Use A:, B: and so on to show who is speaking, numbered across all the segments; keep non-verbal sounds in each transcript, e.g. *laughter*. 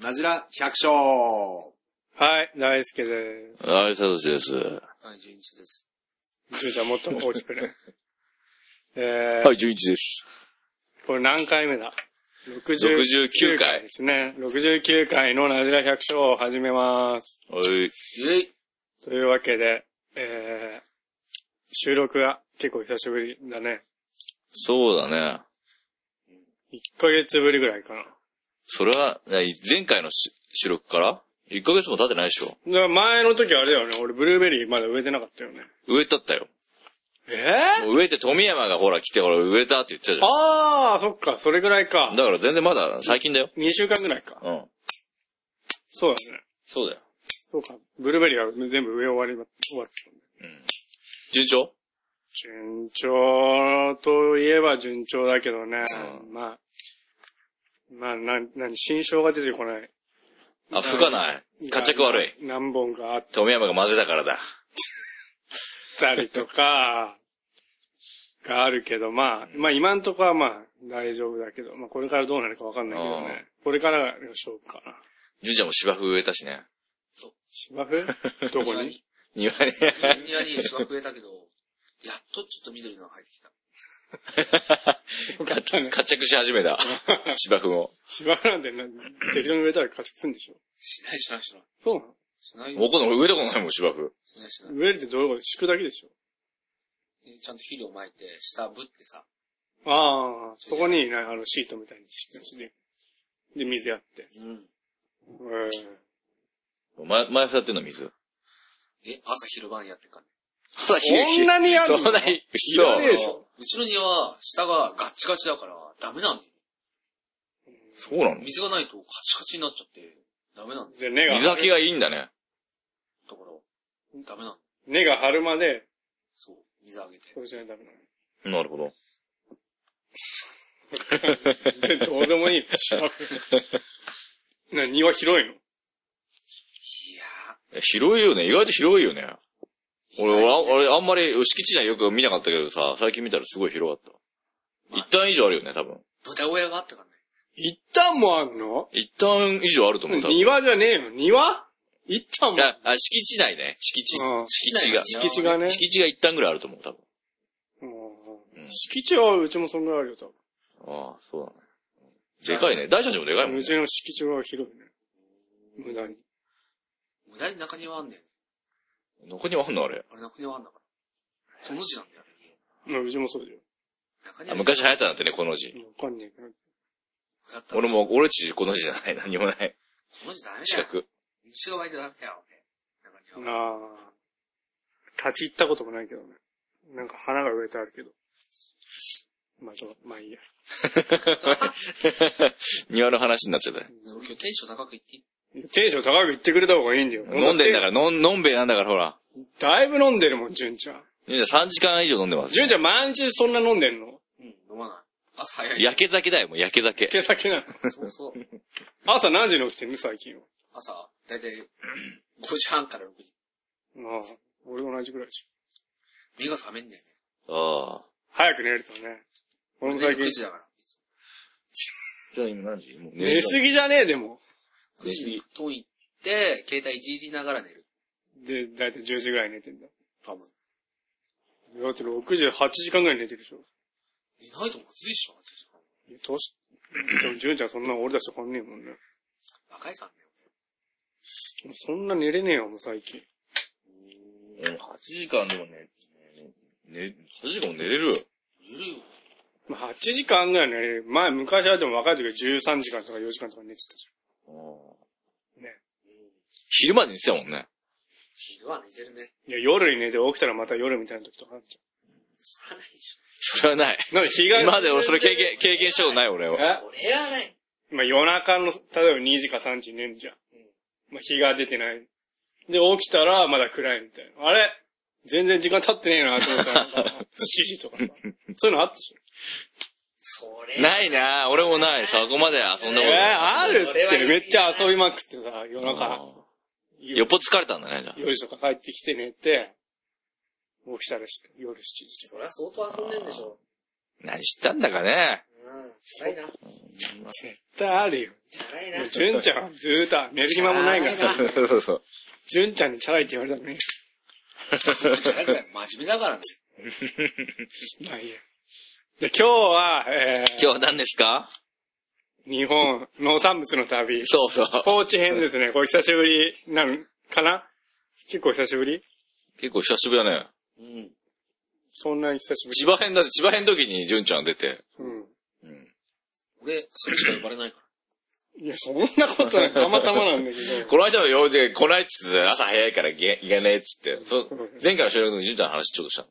A: ラジラ百姓。
B: はい、大輔で
C: はい、サトシです。
D: はい、11です。
B: す。ジュンちゃんもっと大きく
C: *laughs*
B: ね。えー、
C: はい、11です。
B: これ何回目だ
C: 69回
B: ですね。69回のナジラ百姓を始めます。
C: はい。
D: えい
B: というわけで、えー、収録が結構久しぶりだね。
C: そうだね。
B: 1ヶ月ぶりぐらいかな。
C: それは、ね前回のし収録から ?1 ヶ月も経ってないでしょ。
B: だから前の時あれだよね、俺ブルーベリーまだ植えてなかったよね。
C: 植えたったよ。
B: え
C: もう植えて富山がほら来てほら植えたって言ってたじゃ
B: あー、そっか、それぐらいか
C: ん。。だから全然まだ最近だよ。
B: 2週間ぐらいか。
C: うん。
B: そうだね。
C: そうだよ。
B: そうか。ブルーベリーは全部植え終わりま、終わった。
C: 順調
B: 順調といえば順調だけどね。まあ、まあ、な、なに、新章が出てこない。
C: あ、吹かない。活着悪い。。
B: 何本かあっ
C: 富山が混ぜたからだ。
B: たりとか、 *laughs* があるけど、まあ、まあ今んとこはまあ大丈夫だけど、まあこれからどうなるかわかんないけどね。これからが勝負かな。
C: 順ちゃんも芝生植えたしね。
B: 芝生
C: *laughs*
B: どこに
C: 庭に。 *laughs*
D: 庭に芝生植えたけど、やっとちょっと緑のが入ってきた。
B: よかったね。
C: 活着し始
B: *laughs*
C: めた。芝生も。
B: 芝生なんてな、適当に植えたら勝ちすんでしょ。
D: しないしないしない。
B: そうなの
D: しないよ。
C: 僕の植えたことないもん、芝生。
D: しないしない。
B: 植えるってどういうこと敷くだけでしょ。
D: えちゃんと肥料撒いて、下ぶってさ。
B: ああ、そこにな、あの、シートみたいに敷くしね。で、水やって。
D: うん。
B: うん。
C: 前、前さってんの水。
D: え、朝昼晩やってっからね。
C: そ
B: そんなにやるの
C: そんなに、
B: らねえ
C: 嘘
B: でしょ
D: うちの庭は、下がガッチガチだから、ダメなんだよ。
C: そうなの
D: 水がないとカチカチになっちゃって、ダメなんだよ。
B: じゃあ根が、
C: 水はけがいいんだね。
D: だから、ダメなんだよ。
B: 根が張るまで、
D: そう。水あげて。
B: そうしないとダメな
C: なるほど。
B: の。全然どうでもいい。
C: *laughs*
B: 芝生な、庭広いの
D: いや
C: 広いよね。意外と広いよね。
D: ー。
C: 俺、
D: 意外
C: あ
D: とね
C: 俺、あんまり、敷地内よく見なかったけどさ、最近見たらすごい広かった。
D: まあ
C: 一旦以上あるよね、多分。
D: 豚小屋があったからね。
B: 一旦もあんの
C: 一旦以上あると思う、多分。い
B: 庭じゃねえよ。庭一旦も。
C: やあ、敷地内ね。敷地。
B: うん
C: 敷地が。
B: 敷地がね。
C: 敷地が一旦ぐらいあると思う、多分。
B: うん
C: うん
B: 敷地はうちもそんぐらいあるよ、多
C: ああ、そうだね。でかいね。大社寺もでかいも
B: 分。
C: ん
B: う
C: ね。
B: ちの敷地は広いね。無駄に。
D: 無駄に中庭あんだよ。
C: どこにもあんのあれ。
D: あれ中庭あんだから。この字なんだよ。
B: まあうちもそうだよ。
D: 中
C: あ
D: 庭
C: 昔流行ったなんてね、この字。
B: わかんねえけど。
D: だったら
C: 俺も、俺ちこの字じゃない。何もない。
D: この字ダメだよ。
C: 四 *laughs* 角。
D: 虫が湧いてダメだよ、俺。中庭は。
B: ああ。立ち入ったこともないけどね。なんか花が植えてあるけど。まあ、どうまあいいや。
C: 庭の話になっちゃったね。
D: 俺今日テンション高く言っていい
B: テンション高く言ってくれた方がいいんだよ。
C: 飲んでんだから、のん、のんべえなんだから、ほら。
B: だいぶ飲んでるもん、純ちゃん。
C: ゆうちゃん3時間以上飲んでます。
B: 純ちゃん毎日そんな飲んでんの
D: うん、飲まない。朝早い。
C: *laughs* 焼け酒だよ、もう焼け酒。
B: 手先なの。
D: そうそう。
B: 朝何時に起きてんの、最近は。
D: 朝、だいたい5時半から6時。
B: ああ。俺同じぐらいでしょ。
D: 目が覚めんねんね。
C: ああ。
B: 早く寝るとね。俺も最
D: 9
B: 近。
D: 時だから。
C: じゃあ今何時もう
B: 寝すぎじゃねえ、でも。
D: 9時に解いて、携帯いじりながら寝る。
B: で、だいたい10時ぐらい寝てんだ。
D: 多分。
B: だって6時、8時間ぐらい寝てるでしょ。
D: いないとまずいっしょ、8時半。
B: いやどうし、でも純ちゃんそんな俺たちと変わんねえもんね。
D: 若いからね。
B: そんな寝れねえよ、もう最近。
C: うん、8時間でもね、ね、8時間も寝れるよ。
D: 寝るよ。
B: まあ、8時間ぐらい寝れる。前、昔はでも若い時は13時間とか4時間とか寝てたじゃん。ね。
C: 昼まで寝てたもんね。
D: 昼は寝てるね。
B: いや、夜に寝て起きたらまた夜みたいな時とかあるじ
D: そらないでし
C: それはない。
B: ゃん。なんか日が、
C: 今まで俺それ経験、経験したことない俺は。
B: え
D: ょ。俺はない。
B: まあ夜中の、例えば2時か3時に寝るじゃん。まあ日が出てない。で、起きたらまだ暗いみたいな。あれ全然時間経ってねえなと思ったら、なんか7時とかさ。そういうのあったじ
D: それ
C: ないな俺もない。そこまで遊
B: ゃ
C: ん *laughs* だ
B: ん。
C: こ
B: え
C: と
B: ー、
C: ない。
B: あるっ
D: 俺は
B: て、
D: いい
B: めっちゃ遊びまくってさ、夜
C: あ
B: 中、
C: ーよっぽど疲れたんだね、じゃあ。
B: 4時とか帰ってきて寝て、起きたらし夜7時とか。
D: そりゃ相当遊んでんでしょ。
C: 何したんだかね。
D: うん。チャラいな。
C: *laughs*
B: 絶対あるよ。
D: チャラい
B: も
D: な *laughs*
B: う、。純ちゃんはずーっと寝る暇もない
E: *laughs*
B: から。
E: そうそうそう。
B: 純ちゃんにチャラいって言われたらね。
D: チャラいぐらい真面目だからね。
B: まあいいや。じゃあ今日は、えー、
C: 今日何ですか
B: 日本農産物の旅、
C: そうそう。
B: 高知編ですね。これ久しぶりなのかな結構久しぶり
E: 結構久しぶりだね。
D: うん。
B: そんなに久しぶ
E: 千葉編だって、千葉編の時に純ちゃん出て。
B: り。うん。
E: うん。
D: 俺、それしか呼ばれないから。
B: いや、そんなことない。たまたまなんだけど。
E: *laughs* この間の用事で来ないっつって、朝早いから行け行かねえっつって。そ前回の収録の時に純ちゃんの話ちょっとしたの。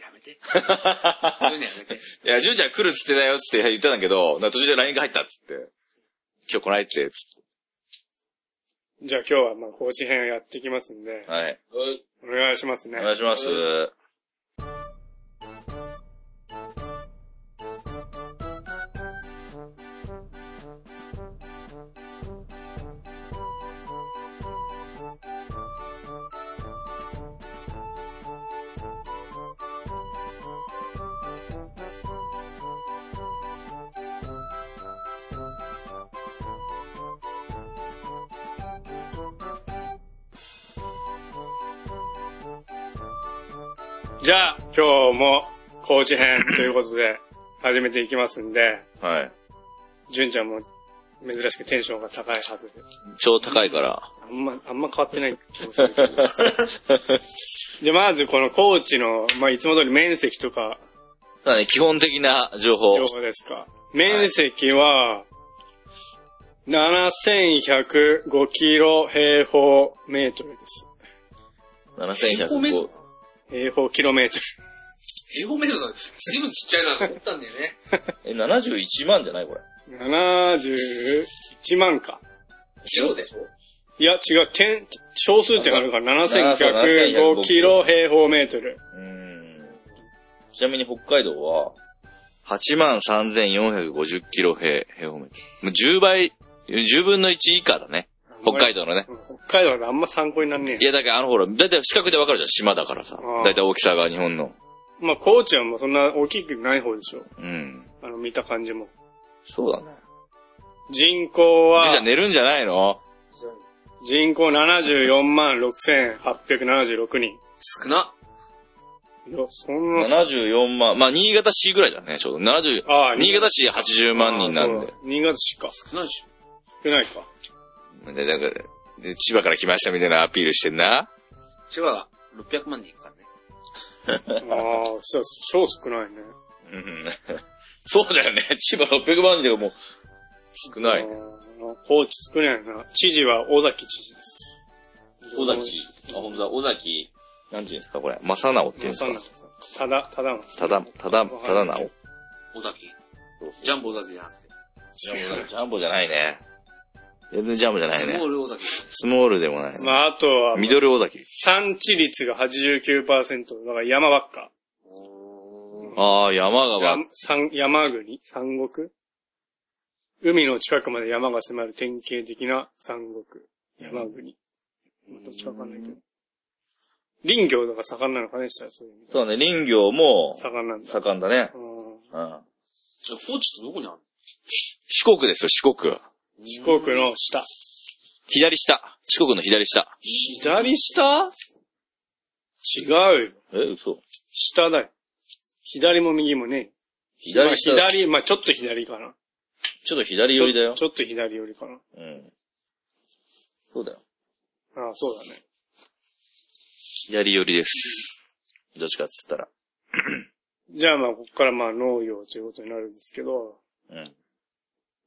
D: やめて。 *laughs* そういうのやめて。
E: いや、純ちゃん来るっつってたよっつって言ったんだけど、なんか途中で LINE が入ったっつって。今日来ないってっつっ
B: じゃあ今日はまあ高知編をやっていきますんで
E: て。、はい。
D: はい。
B: お願いしますね
E: お。願いします。
B: じゃあ今日も高知編ということで始めていきますんで、
E: はい。
B: 純ちゃんも珍しくテンションが高いはずで。
C: 超高いから。
B: あんま、あんま変わってない気もするけど。じゃあまずこの高知の、まあいつも通り面積とか、
C: だからね、基本的な情報。
B: どうですか。面積は、7105キロ平方メートルです。
D: 平方メート
C: 7105
D: ル。
B: 平方キロメート
D: 平方メートルだと随分ちっちゃいなと思ったんだよね。
C: え、71万じゃないこ
B: ル。
C: れ。
B: 71万か。
D: キロでしょ
B: いや、違う、点、小数点あるから7105キロ平方メートル。
C: うーん。ちなみに北海道は、8万3450キロ平、平方メートル。もう10倍、10分の1以下だね。北海
B: 道。
C: 道のね。
B: 北海道はあんま参考になんね
C: い
B: え。
C: や、だけどあのほら、だいたい四角でわかるじゃん。島だからさ
B: あ。あ
C: だいたい大きさが日本の。
B: まあ高知はもうそんな大きくない方でしょ。
C: うん。
B: あの、見た感じも。
C: そうだね。
B: 人口は、
C: じゃあ寝るんじゃないの
B: 人口74万6876人。
D: 少な。
B: いや、そんな、
C: ?74 万。まあ、新潟市ぐらいだね。ちょうど。70、
B: ああ
C: 新潟市80万人なん
B: ああ
C: で
B: そう。新潟市か。
D: 少ないでしょ。
B: 少ないか。
E: で、なんか、で千葉から来ましたみたいなアピールしてんな。
D: 千葉が600万人いくからね。
B: ああ、そう、超少ないね。
C: *laughs*
E: うん。そうだよね。千葉600万人でもう、少ない。
B: ああ高知少ないな。知事は尾崎知事です。
C: 尾崎。あ、ほんとだ、尾崎。なんて言うんですか、これ。正直って言うんです
B: 正直
C: か。
B: さん。ただ、ただの。
C: ただ、ただ、ただなお。
D: 小崎。ジャンボ小崎じゃなくて。
C: ジャンボじゃないね。全然ジャンボじゃない
D: ス
C: ね
D: モー。ル小崎。
C: スモールでもない。
B: まあ、あとは、
C: ミドル尾崎。
B: 産地率が89%。だから山ばっか。
C: ああ、山がば
B: 山、山山国山国海の近くまで山が迫る典型的な山国。山国。まあどっちかわかんないけど。林業とか盛んなのかねしたらそういう意味で
C: そうね、林業も、
B: 盛んなんだ。
C: 盛んだね。
B: うん
C: うん。
D: え高知ってどこにある
C: 四国ですよ、四国。
B: 四国の下。
C: 左下。四国の左下。
B: 左下違うよ。
C: え、嘘。
B: 下だよ。左も右もね。まあ
C: 左下。
B: 左、まあちょっと左かな。
C: ちょっと左寄りだよ
B: ち。ょちょっと左寄りかな。
C: うん。そうだよ。
B: ああ、そうだね。
C: 左寄りです。どっちかっつったら。
B: じゃあまあ、ここからまあ農業ということになるんですけど、
C: うん。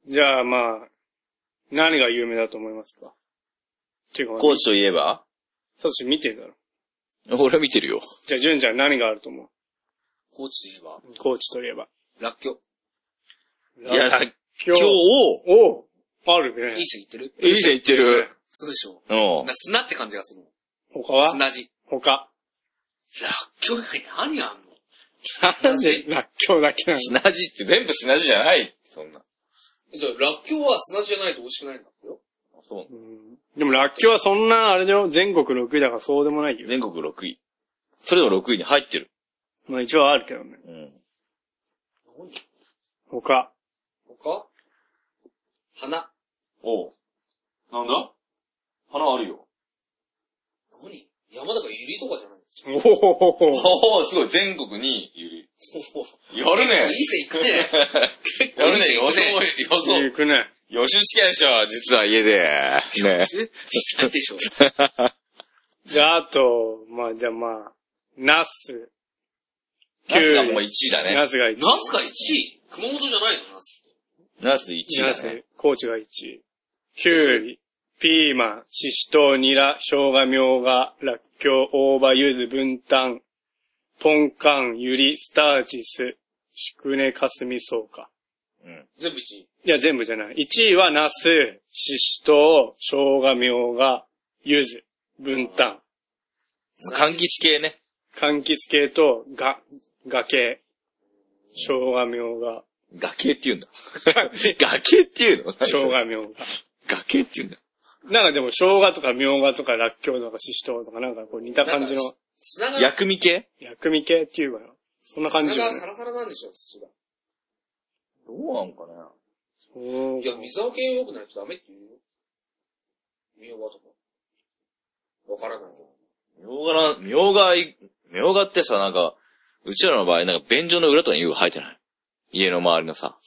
B: じゃあまあ、何が有名だと思いますかっていうか、
C: 高知といえば
B: サトシ見てるだろ。
C: 俺見てるよ。
B: じゃあ、純ちゃん何があると思
D: 高知といえば、
B: う高知といえば。
D: ラッキョ。
C: いや、らっ
B: 今
C: きょうを、
B: おある
D: い
B: ね
D: い。線いってる
C: いい線言ってる。
D: そうでしょ。
C: うん
D: なんか。砂って感じがするもん。
B: 他は
D: 砂地。
B: 他。
D: ラッキョ以外何あんの
B: なんで、らっきょうだけなの
C: 砂地って全部砂地じゃない。そんな。
D: じゃあ、ラッキョは砂地じゃないと美味しくないんだよ。
C: そう
B: うんでも、らっきょうはそんな、あれだよ、全国6位だからそうでもないよ。
C: 全国6位。それでも6位に入ってる。
B: まあ、一応あるけどね。
C: うん。
D: 何
B: 他。
D: 花。
E: おう。なんだ花あるよ。
D: 何山だからゆりとかじゃない
B: お
C: *laughs*
B: お
C: おおすごい、全国にゆり。やるね
D: いい線いく
C: *laughs*
D: ね。
C: やるね
D: いい
C: 予
D: ね
C: 想、予想。
B: 行くね。
C: 予習試験でしょ、実は家で。ね
D: なんでしょう。
B: じゃあ、あと、まあ、じゃあまあ、ナス。
C: ナスがもう
B: ナ
C: 1位だね。
B: ナスが1位。
D: ナスが1位熊本じゃないのナス。
C: ナス1位
B: ナ
C: だね。
B: ス、高知が1位。キュウリ、ピーマン、シシトウ、ニラ、生姜、みょうが、らっきょう、大葉、ゆず、分担、ポンカン、ゆり、スターチス、宿根かすみそうか。
D: 全部1位。
B: いや、全部じゃない。1位はナス、シシトウ、生姜、みょうが、ゆず、分担。
C: 柑橘系ね。
B: 柑橘系と、が、が系。生姜、みょうが。
C: 崖って言 *laughs* うんだ。崖って言うの
B: 生姜、みょうが。
C: 崖って言うんだ。
B: なんかでも、生姜とかみょうがとか、らっきょうとか、ししとうとか、なんかこう似た感じの
D: なんつなが、
C: 薬味系
B: 薬味系っていうかな。そんな
D: つな
B: 感じよ
D: が
B: ね
D: サ。ラサラなんでしょ土が。
E: どうなんかね。
B: そう
D: いや、水はけ良くないとダメって言うよ。みょうがとか。わからないよ。
C: みょうがな、みょうがい、みょうがってさ、なんか、うちらの場合、なんか便所の裏とかによく生えてない家の周りのさ。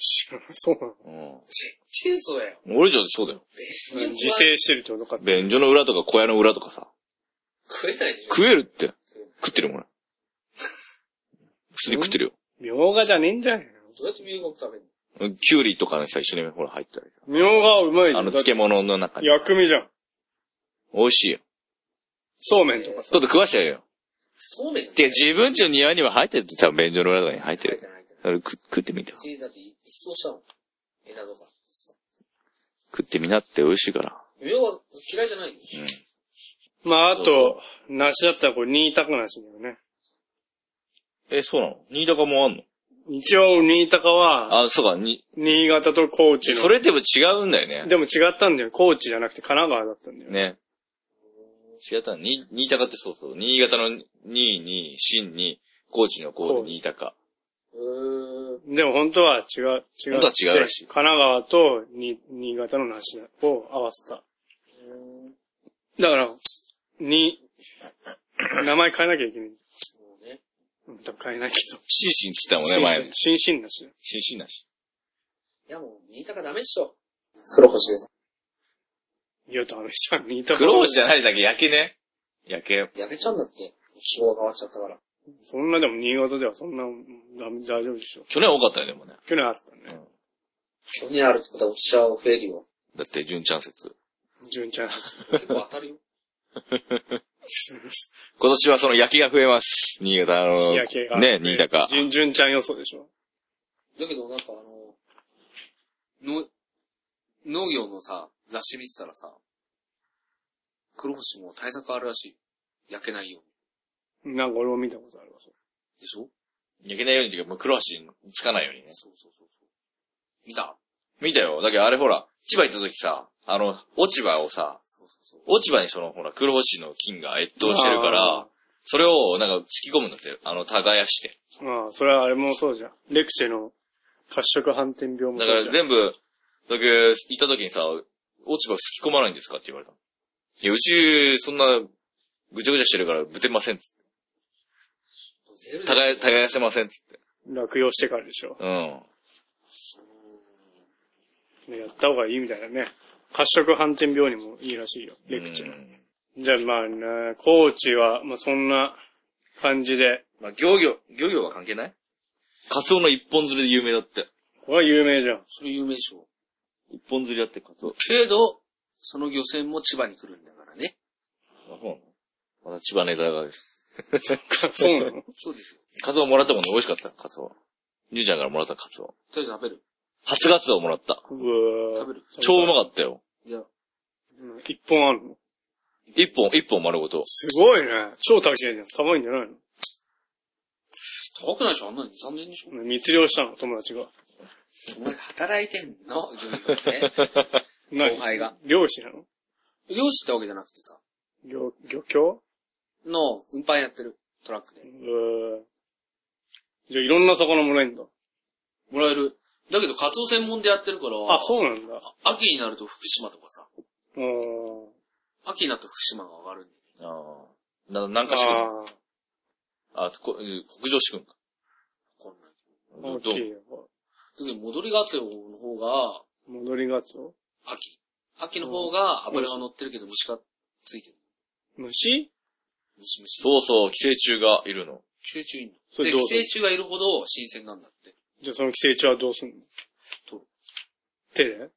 B: そうなの
C: うん。
D: 絶対そうだよ。
C: 俺じゃそうだよ。
B: 自生してるってことか。
C: 便所の裏とか小屋の裏とかさ。
D: 食えないでしょ。
C: 食えるって。食ってるもん俺。普通に食ってるよ。
B: みょうがじゃねえんじゃね
D: どうやってみょうが食べる
C: キュウリとかのさ、一緒にほら入ってたり。
B: えのみょうがはうまいじゃ
C: あ
B: ん。
C: の漬物の中に。
B: 薬味じゃん。
C: 美味しいよ。
B: そうめんとか
C: ちょっと食わしてやるよ。
D: そうめんが
C: てか自分ちの庭には入ってるって多分便所の裏とかに入って
D: 食べ
C: る。
D: てないから。
C: だから食食ってみてよ
D: う。ちだって一掃したの。枝とか。
C: 食ってみなって美味しいから。
D: みょうが嫌いじゃないよ。
B: まあ、あと、梨だったらこれ、新高梨だよね。
C: え、そうなの新高もあんの
B: 一応、新高は、
C: あ、そうか、に、
B: 新潟と高知
C: そ
B: の。
C: れでも違うんだよね。
B: でも違ったんだよ。高知じゃなくて神奈川だったんだよ。
C: ね。違ったの、に、新高ってそうそう。新潟の2に、新に、高知の高
B: 高
C: で新高。
D: うーん。
B: でも本当は違う、違う。
C: 本当は違うらしい
B: 神奈川とに新潟の梨を合わせた。だから、に、名前変えなきゃいけない。
D: もうね。
B: うん、多分変えないけど。
C: シンシンって言ったもんね、前に。
B: 新新梨。
C: シンシンなし。
D: いやもう、新高ダメっしょ。黒星です。
B: いや、ダメじゃん。新高。
C: 黒星じゃないだけ、焼けね。焼け。
D: やめちゃうんだって。気候が変わっちゃったから。
B: そんなでも新潟ではそんな、ダメ、大丈夫でしょ。
C: 去年多かったよ、でもね。
B: 去年あったね。
D: 去年あるってことは落ちちゃう増えるよ。
C: だって、純ちゃん説。
B: 純ちゃん。
D: 結構当たるよ。 *laughs*
C: 今年はその焼きが増えます。新潟、あの、
B: 夜景が。
C: ね、新高。
B: 純、純ちゃん予想でしょ。
D: だけどなんかあの、の、農業のさ、雑誌見てたらさ、黒星も対策あるらしい。焼けないように。
B: なんか俺も見たことあるわ、それ
D: でしょ
C: 焼けないようにっていうか、もう黒橋につかないようにね。
D: そうそうそうそう。見た
C: 見たよ。だけどあれほら、千葉行った時さ、あの、落ち葉をさ、
D: そうそうそう。
C: 落ち葉にそのほら、黒星の菌が越冬してるから、それをなんか突き込むんだって、あの、耕して。
B: ああ、それはあれもそうじゃん。レクチェの褐色斑点病も
C: だ
B: そう
C: か
B: じゃ
C: ら
B: ん。
C: 全部、だけど行った時にさ、落ち葉突き込まないんですかって言われたの。いや、うち、そんな、ぐちゃぐちゃしてるから、ぶてませんっつっ
D: 出る
C: て。
D: じゃん
C: 耕、耕せませんっつって。
B: 落葉してからでしょ。
C: うん。
B: ねやった方がいいみたいなね。褐色斑点病にもいいらしいよ。レクチェの。
C: うん
B: じゃあまあね、高知は、まあそんな感じで、
C: まあ、漁業、漁業は関係ないカツオの一本釣りで有名だって。
B: これは有名じゃ
D: *laughs*
B: ん。
D: それ有名でしょ。
C: 一本釣りだってカツオ。あ、
D: けど、その漁船も千葉に来るんだからね。
C: そうなのまた千葉ネタが。
B: そうなの
D: そうですよ。
C: カツオもらったもんね、美味しかった、カツオ。ゆうちゃんからもらったカツオ。
D: とりあえず食べる。
C: 初カツオもらった。
B: うわ
D: 食
B: ー
D: べる。
C: 超うまかったよ。
D: いや、
B: うん一本あるの
C: 一本、一本丸ごと。
B: すごいね。超高いじゃん。高いんじゃない
D: 高くないでしょあんなに2、3年でしょ
B: の密漁したの、友達が。
D: お前働いてんの漁業で *laughs* ね
B: 何
D: 後輩が。
B: 漁師なの
D: 漁師ってわけじゃなくてさ、
B: 漁、漁協
D: の、運搬やってる。トラックで
B: う。ーじゃあいろんな魚もらえんだ。
D: もらえる。だけど、カツオ専門でやってるから、
B: あ、そうなんだ。
D: 秋になると福島とかさ、
B: うーん。
D: 秋になると福島が上がるんで。
C: ああ。な、なんか仕組ん
B: あ
C: あ、こえー北上仕組んか。
D: わかんない。
B: あ、大
C: ど
B: き
C: う
B: いよ。
D: だけど、戻りガツオの方が、
B: 戻りがつお
D: 秋。秋の方が油が乗ってるけど虫がついてる。
B: 虫
D: 虫虫。
C: そうそう、寄生虫がいるの。
D: 寄生虫いんの。
B: そ
D: で、
B: れどう
D: 寄生虫がいるほど新鮮なんだって。
B: じゃあその寄生虫はどうすんの
D: 取る
B: 手で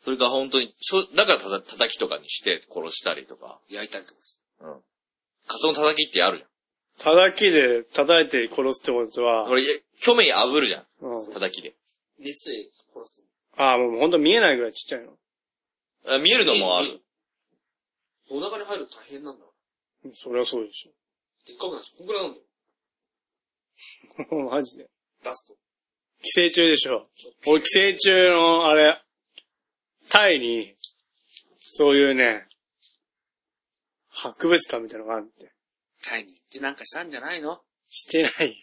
C: それが本当に、そう、だからたた叩きとかにして殺したりとか。
D: 焼いたりとかす
C: うん。カツオの叩きってあるじ
B: 叩きで叩いて殺すってこと
C: ゃん。
B: は
C: こ、れ、え表面炙るじゃん。
B: うん、
C: 叩きで。
D: る。熱で殺す。
B: ああ、もうほんと見えないぐらいちっちゃいの。
C: あ見えるのもある。
D: お腹に入ると大変なんだわ。
B: そりゃそうでし
D: でっかくなっちゃう。こんぐらいなんだよ。
B: ょ。 *laughs* マジで。
D: 出すと。
B: 寄生虫でしょ。俺寄生虫の、あれ、タイに、そういうね、博物館みたいなのがあるって。
D: タイに行ってなんかしたんじゃないの
B: してない。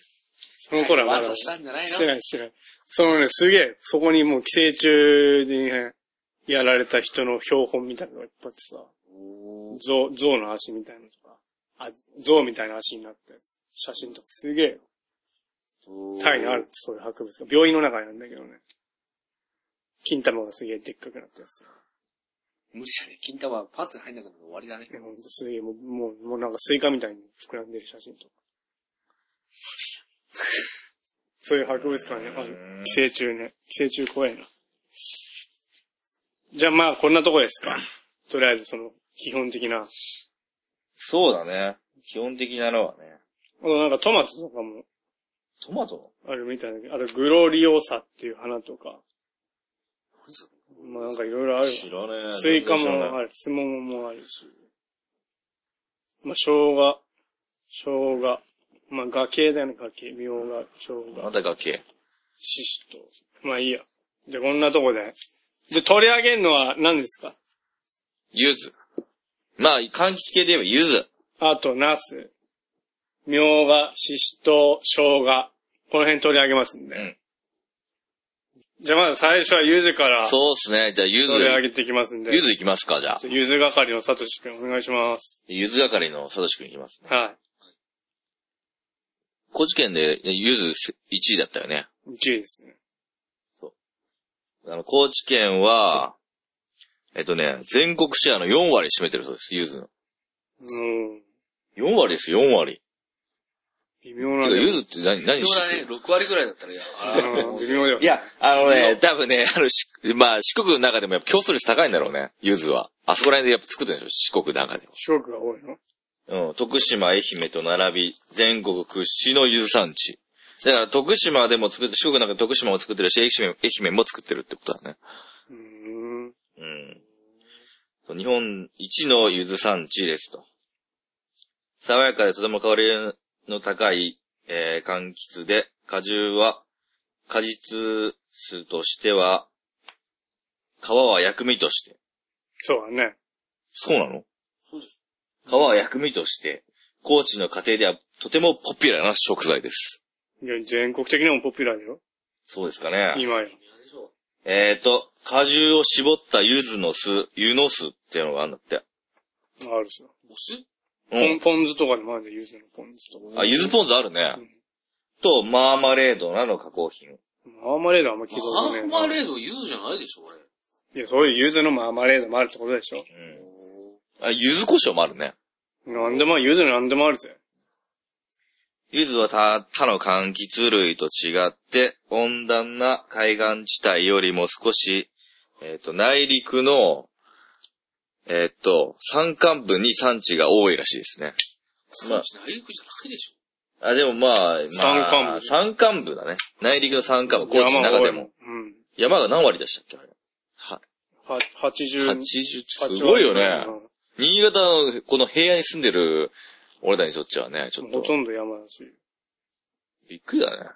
B: その頃はま
D: 悪
B: だ。
D: さし
B: した
D: んじゃないの
B: てない、してない。そのね、すげえ、そこにもう寄生虫にね、やられた人の標本みたいなのがいっぱいあってさ、
D: おー
B: 象、象の足みたいなのとか、あ、象みたいな足になったやつ。写真とかすげえよ。
D: おー
B: タイにあるってそういう博物館。病院の中にあるんだけどね。金玉がすげえでっかくなったやつ。
D: 無理だね。金玉はパーツに入んなくなると終わりだね
B: い。やほんとすげえ、もう、もう、もうなんかスイカみたいに膨らんでる写真とか。そういう博物館ね。あ寄生虫ね。寄生虫怖いな。じゃあまあ、こんなとこですか。とりあえずその、基本的な。あ
C: そうだね。基本的なのはね。
B: となんかトマトとかも
C: トマト
B: あるみたいだけど、あとグロリオサっていう花とか、
D: 何それ
B: まあなんかいろいろあるわ。
C: 知らねえ。
B: スイカ
C: 全然知ら
B: も
C: ない
B: ある、スモモもあるし。まあ、生姜、生姜、まあ、画系だよね、画系。みょうが、生
C: ま
B: 姜、
C: だ崖。
B: ししと。まあいいや。じゃあ、こんなとこで。じゃあ、取り上げるのは何ですか
C: ゆず。まあ、柑橘系で言えばゆず。
B: あと、ナス、みょうが、ししと、生姜。この辺取り上げますんで。
C: うん
B: じゃあ、まず最初はゆずから
C: そうっすね。じゃあゆず
B: 取り、上げていきますんで。
C: ゆずいきますか、じゃあ。
B: ゆず係のさとしくんお願いします。
C: ゆず係のさとしくんいきますね。
B: は
C: 高知県でゆず1位だったよね。
B: い。1位ですね。
C: あの、高知県は、えっとね、全国シェアの4割占めてるそうです、ゆずの。
B: うん。
C: 4割ですよ、4割。
B: 微妙
C: て
B: な
C: か
B: んだよ
C: ゆずって何、何
D: 微妙だね。6割ぐらいだったら、いや、あ
B: うん微妙だよ。
C: いや、あのね、多分ね、あの、しまあ、四国の中でもやっぱ競争率高いんだろうね、ゆずは。あそこら辺でやっぱ作ってるんでしょ、四国の中で
B: 四国が多いの
C: も。うん、徳島、愛媛と並び、全国屈指のゆず産地。だから、徳島でも作って、四国の中で徳島も作ってるし、愛媛愛媛も作ってるってことだね。
B: うーん。
C: うん。そう日本一のゆず産地ですと。爽やかでとても香りの高い、えー、柑橘で、果汁は、果実数としては、皮は薬味として。
B: そうだね。
C: そうなの
D: そうでし
C: 皮は薬味として、高知の家庭ではとてもポピュラーな食材です。
B: いや、全国的にもポピュラーだよ。
C: そうですかね。
B: 今や。
D: ょ。微妙でしょ。
C: えーと、果汁を絞った柚子の酢、湯の酢っていうのがあるんだって。
B: あるしょ。
D: ボス
C: う
B: ポン、
C: ん。
B: ポン酢とかでもあるんだよ、ゆずのポン酢とか。
C: あ、柚子ポン酢あるね。
B: うん
C: と、マーマレードなどの加工品。
B: マーマレードはあんま聞いたこと
D: マ
B: ない
D: ー
B: な。
D: マレード柚子じゃないでしょ、俺。
B: いや、そういうゆずのマーマレードもあるってことでしょ。
C: うん。
D: お
C: あ、柚子胡椒もあるね。
B: なんでも、ゆずのなんでもあるぜ。
C: 柚子はた、他の柑橘類と違って、温暖な海岸地帯よりも少し、えっ、と、内陸の、えっ、と、山間部に産地が多いらしいですね。
D: ー
C: まあ
D: 内陸じゃないでし
C: あ、でもまあ、まあ、
B: 山間部
C: 山間部だね。内陸の山間部、高知の
B: 山
C: 中でも。
B: が多いもん。うん。
C: 山が何割でしたっけあれは、
B: は、八十。
C: 80、すごいよね。新潟の、この平野に住んでる、俺らにとっちゃね、ち
B: う
C: ょ
B: ん
C: っ
B: ほと
C: と、
B: んど山だし。
C: びっくりだね。
D: ょ。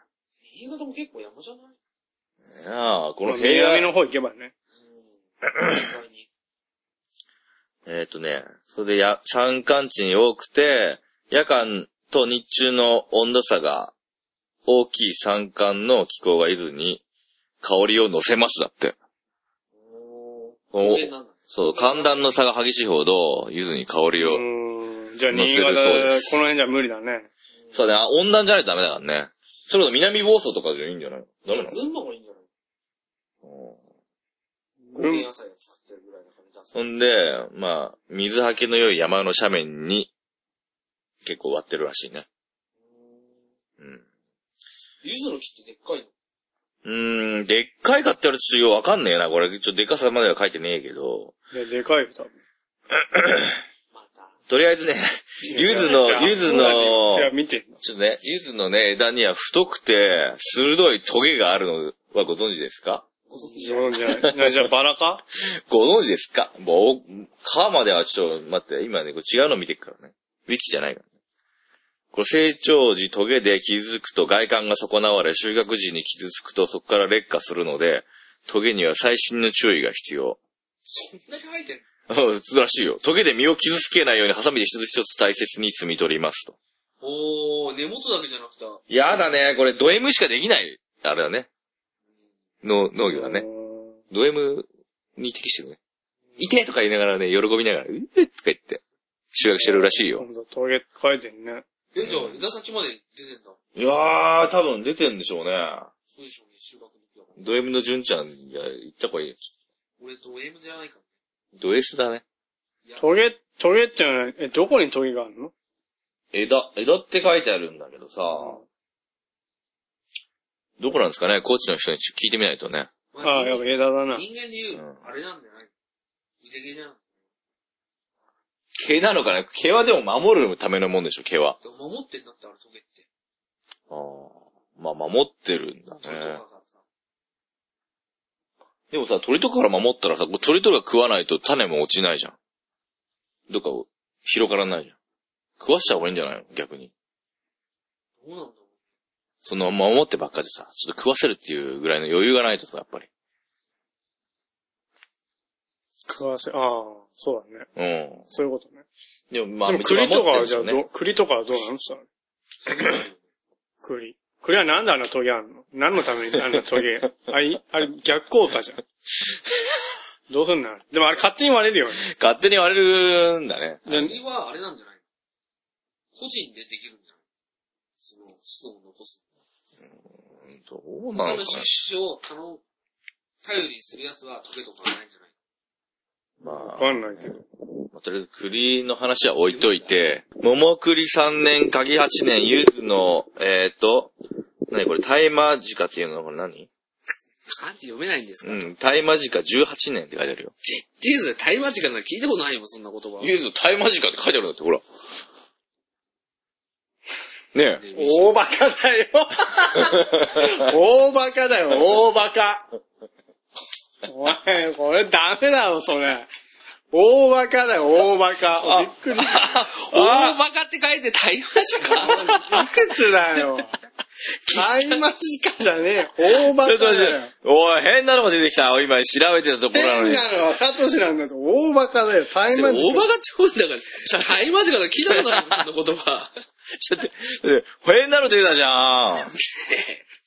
D: 新潟も結構山じゃない
C: いやあこ
B: こ
C: の
B: の
C: 平野
B: 南の方行けばね。
C: *clears throat*
D: うん。意外に
C: えっ、とね、それでや、山間地に多くて、夜間と日中の温度差が大きい山間の気候がずに、香りを乗せますだって。
D: お
C: お
D: ー。え、なんだ
C: そう、寒暖の差が激しいほど、ゆずに香りを。
B: うーん。じゃあ、
C: 乗せ
B: 新
C: る
B: 潟、こ
C: そうで
B: の
C: す
B: 辺じゃ無理だね。
C: そうだね、あ温暖じゃないとダメだからね。それこそ南房総とかじゃいいんじゃないダメなの
D: 群馬もいいんじゃない
B: う
D: 高
B: ん
D: 原野菜を作ってるぐらいだから、じゃ
C: ほんで、まあ、水はけの良い山の斜面に、結構割ってるらしいね。うん。
D: ゆずの木ってでっかいの
C: うーん、でっかいかって言われるとちょっとよくわかんねえな。これ、ちょっとでっかさまでは書いてねえけど。
B: いや、でかいよ、多分。
D: また。
C: とりあえずね、ゆずの、ゆずの
B: い、や、見てんの。
C: ちょっとね、ゆずのね、枝には太くて、鋭いトゲがあるのはご存知ですか
D: ご存知
B: じゃあ、な
C: *laughs*
B: じゃあ、バラか
C: ご存知ですかもう、皮まではちょっと待って、今ね、これ違うの見てるからね。ウィキじゃないからね。これ成長時トゲで傷つくと外観が損なわれ、収穫時に傷つくとそこから劣化するので、トゲには細心の注意が必要。
D: そんなに生えてんの
C: 普通らしいよ。トゲで身を傷つけないようにハサミで一つ一つ大切に摘み取りますと。
D: おー、根元だけじゃなくて、
C: やだね、これド M しかできない。あれだね。の、農業だね。
B: う
C: ド M に適してるね。いてとか言いながらね、喜びながら、うえとか言って、集約してるらしい
B: ー
C: よ。
B: ん。ほんと、トゲ書いてんね。
D: え、じゃあ枝先まで出てんだ。
C: いやー、多分出てんでしょうね。
D: そうでしょうね、収穫の時だから。
C: ド M の純ちゃん、いや、行った方がいいよ。
D: 俺と M じゃないから。
C: ド S だね。
D: いや、
B: トゲ、トゲってのは、え、どこにトゲがあるの
C: 枝、枝って書いてあるんだけどさ、どこなんですかねコーチの人に聞いてみないとね。
D: ま
B: ああ、やっぱ枝だな。
D: 人間で言
C: う、
D: うんあれなんじゃない腕毛じゃなく
C: 毛なのかな毛はでも守るためのもんでしょ、毛は。
D: て。守ってんだってあれトゲって。
C: あーまあ、守ってるんだ
D: 鳥と
C: ね
D: か。からさ。
C: でもさ、鳥とかから守ったらさ、鳥とか食わないと種も落ちないじゃん。どっか広がらないじゃん。食わした方がいいんじゃないの逆に。
D: どうなんだろ
C: その、守ってばっかでさ、ちょっと食わせるっていうぐらいの余裕がないとさ、やっぱり。
B: 食わせ、ああ、そうだね。
C: うん。
B: そういうことね。
C: でも、まあ、
B: でも栗とかはじゃあ
C: うちは
B: ど
C: 守ってるんでしょうね
B: う、栗とかはどうなのさ、
C: *laughs*
B: 栗。栗はなんであんなトゲあるの何のため
C: *laughs*
B: にあんなトゲあれ、あれ逆効果じゃん。どうすんのあれでもあれ勝手に割れるよね。
C: 勝手に割れるんだね。
D: う。鳥はあれなんじゃないの個人でできるんじゃないその、子孫を残す。
C: どうな
D: 他
C: のか
D: の
C: な
D: 種子を頼、頼りにするやつはトゲとかはないんじゃない
C: ま
B: わ
C: あ、
B: かんないけど。
C: まあとりあえず栗の話は置いといて、桃栗3年、鍵8年、柚子の、えっ、ー、と、何これ、大麻鹿っていうのこれ何
D: 漢字読めないんです
C: うん、大麻鹿18年って書いてあるよ。
D: 絶対ですよ。タイマー時間なんか聞いたことないよ、そんな言葉は。
C: 柚子の大麻鹿って書いてあるんだって、ほら。ねえ。
B: 大バカだよ大バカだよ、大バカ。お前、これダメだろ、それ。大バカだよ、大バカ。びっくりした。
D: 大バカって書いてタイマー時間。
B: いくつだよ。タイマジカじゃねえ。大バ
C: ちょ
B: カ
C: っと待って
B: だよ。
C: おい、変なのも出てきた。今調べてたところなの
B: 変
C: に。
B: なのはサトシなんだと大バカだよ。タイマジ
D: 大バ
B: カ。
D: カって言うんだから、タイマー時間なんか聞いたことないよ、そんな言葉。
C: ちょっと、え変なの出てたじゃん。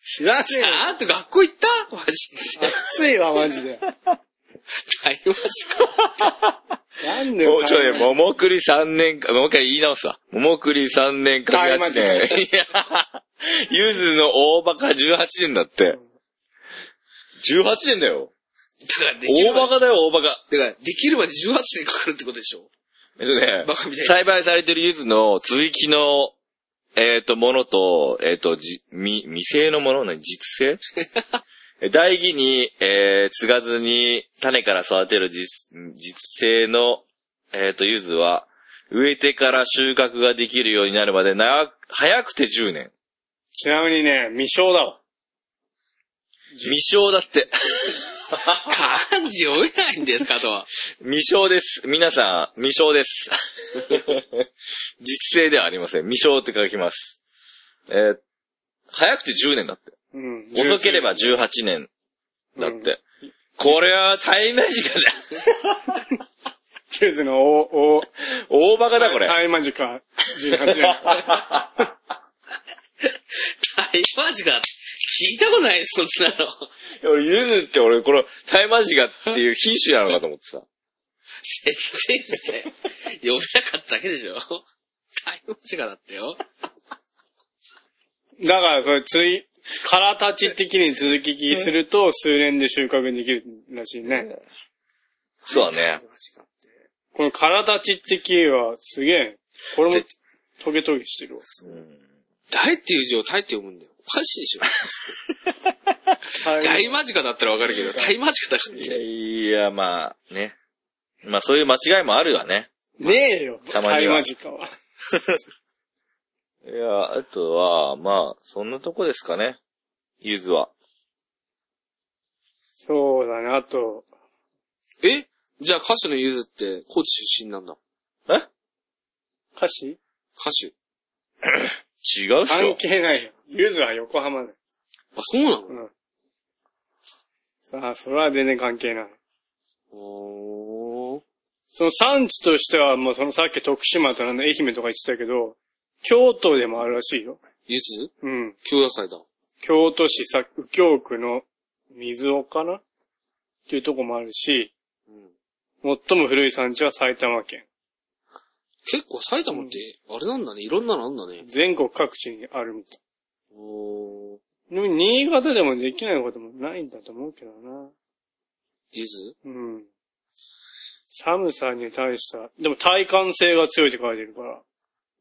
B: 知らねえよ。
D: あーっと学校行ったマジで。
B: 熱いわ、マジで。
D: タイマー時間。
B: なんで
C: も
B: よ
C: うちょ
B: タイ
C: い、
B: マジカ
C: 桃栗三年か、もう一回言い直すわ。桃栗三年か
B: 大
C: 8
B: 魔
C: 年。いや
B: 神、
C: ゆずの大バカ18年だって。18年だよ。
D: だからできる
C: 大
D: まで、
C: バカだよ、大バカ。
D: だからできるまで18年かかるってことでしょ
C: えっとね
D: バカみたい、な
C: 栽培されてるゆずの追記の、えっ、と、ものと、えっ、と、じ、み、未成のものの実性え大義に、えー、継がずに、種から育てる実、実性の、えっ、と、ゆずは、植えてから収穫ができるようになるまで、長く、早くて10年。
B: ちなみにね、未生だわ。
C: 未生だって。
D: 漢字読めないんですかとは。
C: 未生です。皆さん、未生です。 *laughs* 実性ではありません。未生って書きます。えー早くて10年だって。
B: うん。
C: 遅ければ
B: 十
C: 18年だって。
B: うん
C: これは大マジかだ。
B: キューズの大、大、
C: 大バカだ、これ。
B: タイマジカ18年。
D: タイマー
C: ジガ、聞いたことない、そんな
D: *laughs*
C: の。いや *laughs* 俺、ユズって俺、この、タイマジガっていう品種なのかと思ってた。
D: 全然っすね。読めなかっただけでしょタイム違だったよ。
B: だから、それ、つい、空立ち的に続き聞きすると、数年で収穫できるらしいね。
C: そうだね。
B: この空立ちって木は、すげえ。これも
D: で、
B: トゲトゲしてるわ。
D: 大っていう字をタイって読むんだよ。おかしいでしょ。
B: はい
D: *laughs* 大間近だったらわかるけど、大間近だから
C: い
D: ね。
C: やいや、まあ、ね。まあ、そういう間違いもあるわね。
B: ねえよ、
C: たまには
B: マジかは。
C: いや、あとは、まあ、そんなとこですかね。ユズは。
B: そうだね、あと、
D: えじゃあ歌手のゆずって、高知出身なんだ。
B: 歌詞
D: 歌手。
C: 違うっし
B: 関
C: ょ。
B: 係ないよ。ゆずは横浜だよ。
D: あ、そうなの
B: うん。さあ、それは全然関係ない。
D: おー。
B: その産地としては、もうそのさっき徳島となんだ、愛媛とか言ってたけど、京都でもあるらしいよ。
D: ゆず
B: うん。
D: 京野菜だ。
B: 京都市さ、右京区の水尾かなっていうとこもあるし、
D: うん。
B: 最も古い産地は埼玉県。
D: 結構埼玉って、あれなんだね。いろんなのあんだね。
B: 全国各地にあるみたい。
D: おー。
B: でも新潟でもできないこともないんだと思うけどな。
D: ゆず
B: うん。寒さに対した、でも体感性が強いって書いてるから。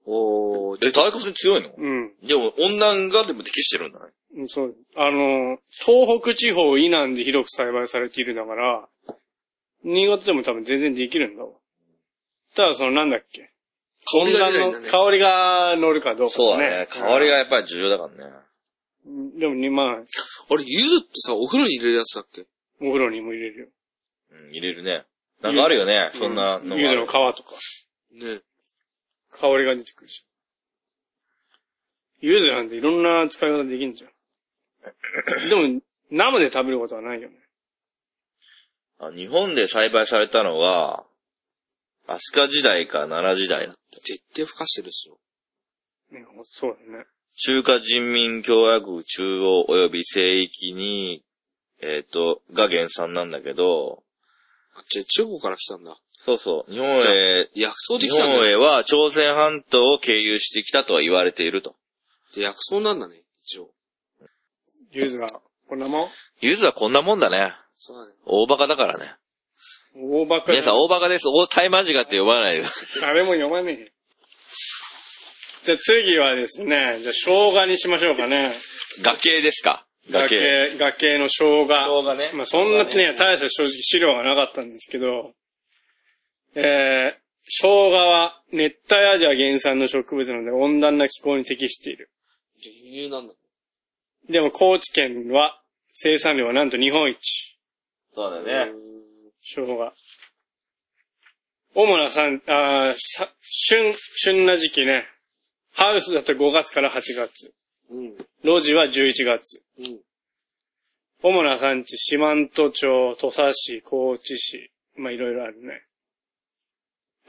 D: おー。
C: え、太鼓戦強いの
B: うん。
C: でも、温暖がでも適してるんだね。
B: うんそう。あの、東北地方以南で広く栽培されているだから、新潟でも多分全然できるんだわ。ただそのなんだっけ
D: 香りが出ないんだ
B: 温暖
D: ね
B: の。香りが乗るかどうか、ね。
C: そうだね。香りがやっぱり重要だからね。
B: うん。でもね、まあ、
D: あれ、ゆずってさ、お風呂に入れるやつだっけ
B: お風呂にも入れるよ。
C: うん、入れるね。なんかあるよね。そんなのがある
B: 柚子の皮とか。
D: ね
B: 香りが出てくるじゃん。柚子なんていろんな使い方できんじ
C: *clears throat*
B: ゃん。でも、生で食べることはないよね。
C: あ日本で栽培されたのは、飛鳥時代か奈良時代だ。
D: 絶対ふかしてるでしょ。
B: ねそうだね。
C: 中華人民共和国中央及び西域に、えっ、と、が原産なんだけど、
D: あ、じゃあ中国から来たんだ。
C: そうそう、日本へ、
D: 薬草で
C: 日
D: きたんだ
C: 本
D: よ。
C: へは朝鮮半島を経由してきたとは言われていると。
D: で、薬草なんだね、一応。
B: 柚子が、こんなもん
C: ゆずはこんなもんだね。
D: そうだね。
C: 大バカだからね。
B: 大バカ
C: 皆さん大バカです。大タイマジガって呼ばないで。 *laughs*
B: 誰も読まねえよ。じゃあ次はですね、じゃあ生姜にしましょうかね。
C: 崖ですか崖。
B: 崖、崖の生姜。
C: 姜ね
B: まあそんなね、大した正直資料がなかったんですけど、えー、生姜は熱帯アジア原産の植物なので温暖な気候に適している。
D: じゃあ輸入なんだ。
B: でも高知県は生産量はなんと日本一。
C: そうだね。
B: 生姜。主な産、あーさ旬、旬な時期ね。ハウスだと5月から8月。
D: うん。
B: 路地は11月。
D: うん。
B: 主な産地、四万十町、土佐市、高知市。まあ、いろいろあるね。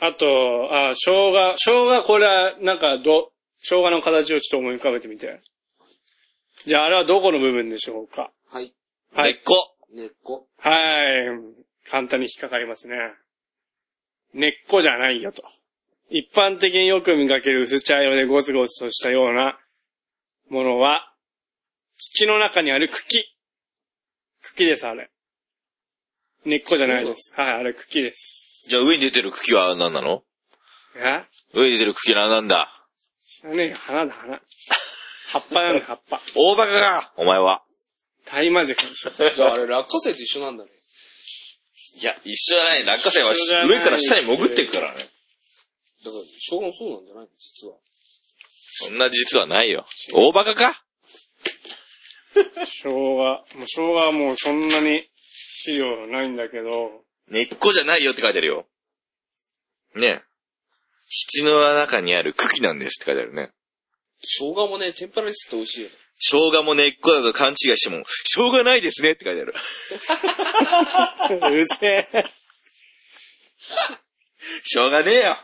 B: あと、あー生姜、生姜これは、なんか、ど、生姜の形をちょっと思い浮かべてみて。じゃあ、あれはどこの部分でしょうか
D: はい。
C: 根
B: は
C: っ
B: い。
C: こ。
D: 根っこ。
B: はい。簡単に引っかかりますね。根っこじゃないよと。一般的によく見かける薄茶色でゴツゴツとしたようなものは、土の中にある茎。茎です、あれ。根っこじゃないです。はい、あれ茎です。
C: じゃあ上に出てる茎は何なの
B: え
C: 上に出てる茎は何なんだ
B: 知らねえよ、花だ、花。葉っぱなんだよ、葉っぱ。
C: 大バカがお前は。
B: 大魔術でしょ。
D: じゃ
C: *laughs*
D: ああれ、落花生と一緒なんだね。
C: いや、一緒じゃない。落花生は
B: 一緒じゃない
C: 上から下に潜っていくからね。
D: だから、生姜もそうなんじゃないの実は。
C: そんな実はないよ。大バカか
B: 生姜。もう生姜はもうそんなに資料ないんだけど、
C: 根っこじゃないよって書いてあるよ。ねえ。土の中にある茎なんですって書いてあるね。
D: 生姜もね、天ぷらにすると美味しいよね。
C: 生姜も根っこだと勘違いしても、生姜ないですねって書いてある。
B: うぜえ。
C: しょうがねえよ。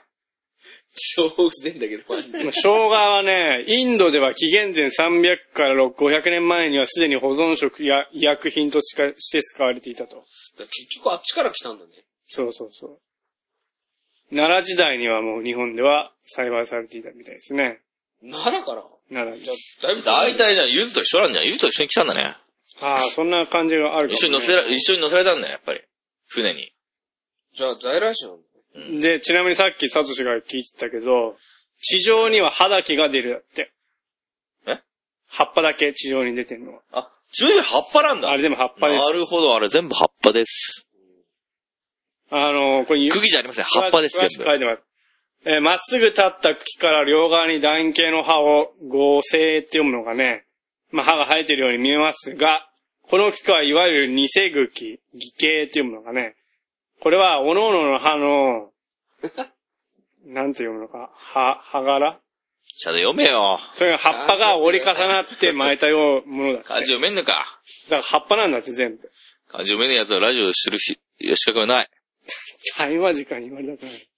D: 超うぜえ *laughs* んだけど、マジで。
B: 生姜はね、インドでは紀元前300から500年前にはすでに保存食や医薬品としかして使われていたと。
D: 結局あっちから来たんだね。
B: そうそうそう。奈良時代にはもう日本では栽培されていたみたいですね。
D: 奈良から
B: 奈良
D: じゃあ、だいぶ
C: 大体じゃん、ゆずと一緒なんじゃん。ゆずと一緒に来たんだね。
B: ああ、そんな感じがあるかも、ね。
C: 一緒に乗せら、一緒に乗せられたんだよ、やっぱり。船に。
D: じゃあ、在来種なんだ。
B: で、ちなみにさっきサトシが聞いてたけど、地上には葉だけが出るだって。
C: え
B: 葉っぱだけ地上に出てんのは。
C: あ、中央葉っぱなんだ。
B: あれでも葉っぱ
C: な
B: です。
C: るほど、あれ全部葉っぱです。
B: あのー、これゆ
C: 茎じゃありません、葉っぱです
B: 詳しく書
C: 全部。
B: いてます。えーまっすぐ立った茎から両側に楕円形の葉を合成って読むのがね、まあ、葉が生えてるように見えますが、この茎はいわゆる偽茎、偽茎って読むのがね、これは、おののの葉
C: *laughs*
B: の、なんて読むのか、葉、葉柄
C: ちゃんと読めよ。
B: という葉っぱが折り重なって巻いたようものだって。
C: 漢字読めんのか。
B: だから葉っぱなんだって全部。
C: 漢字読めねえやつはラジオしてるし、資格はない。
B: 対話時間に言われたくない。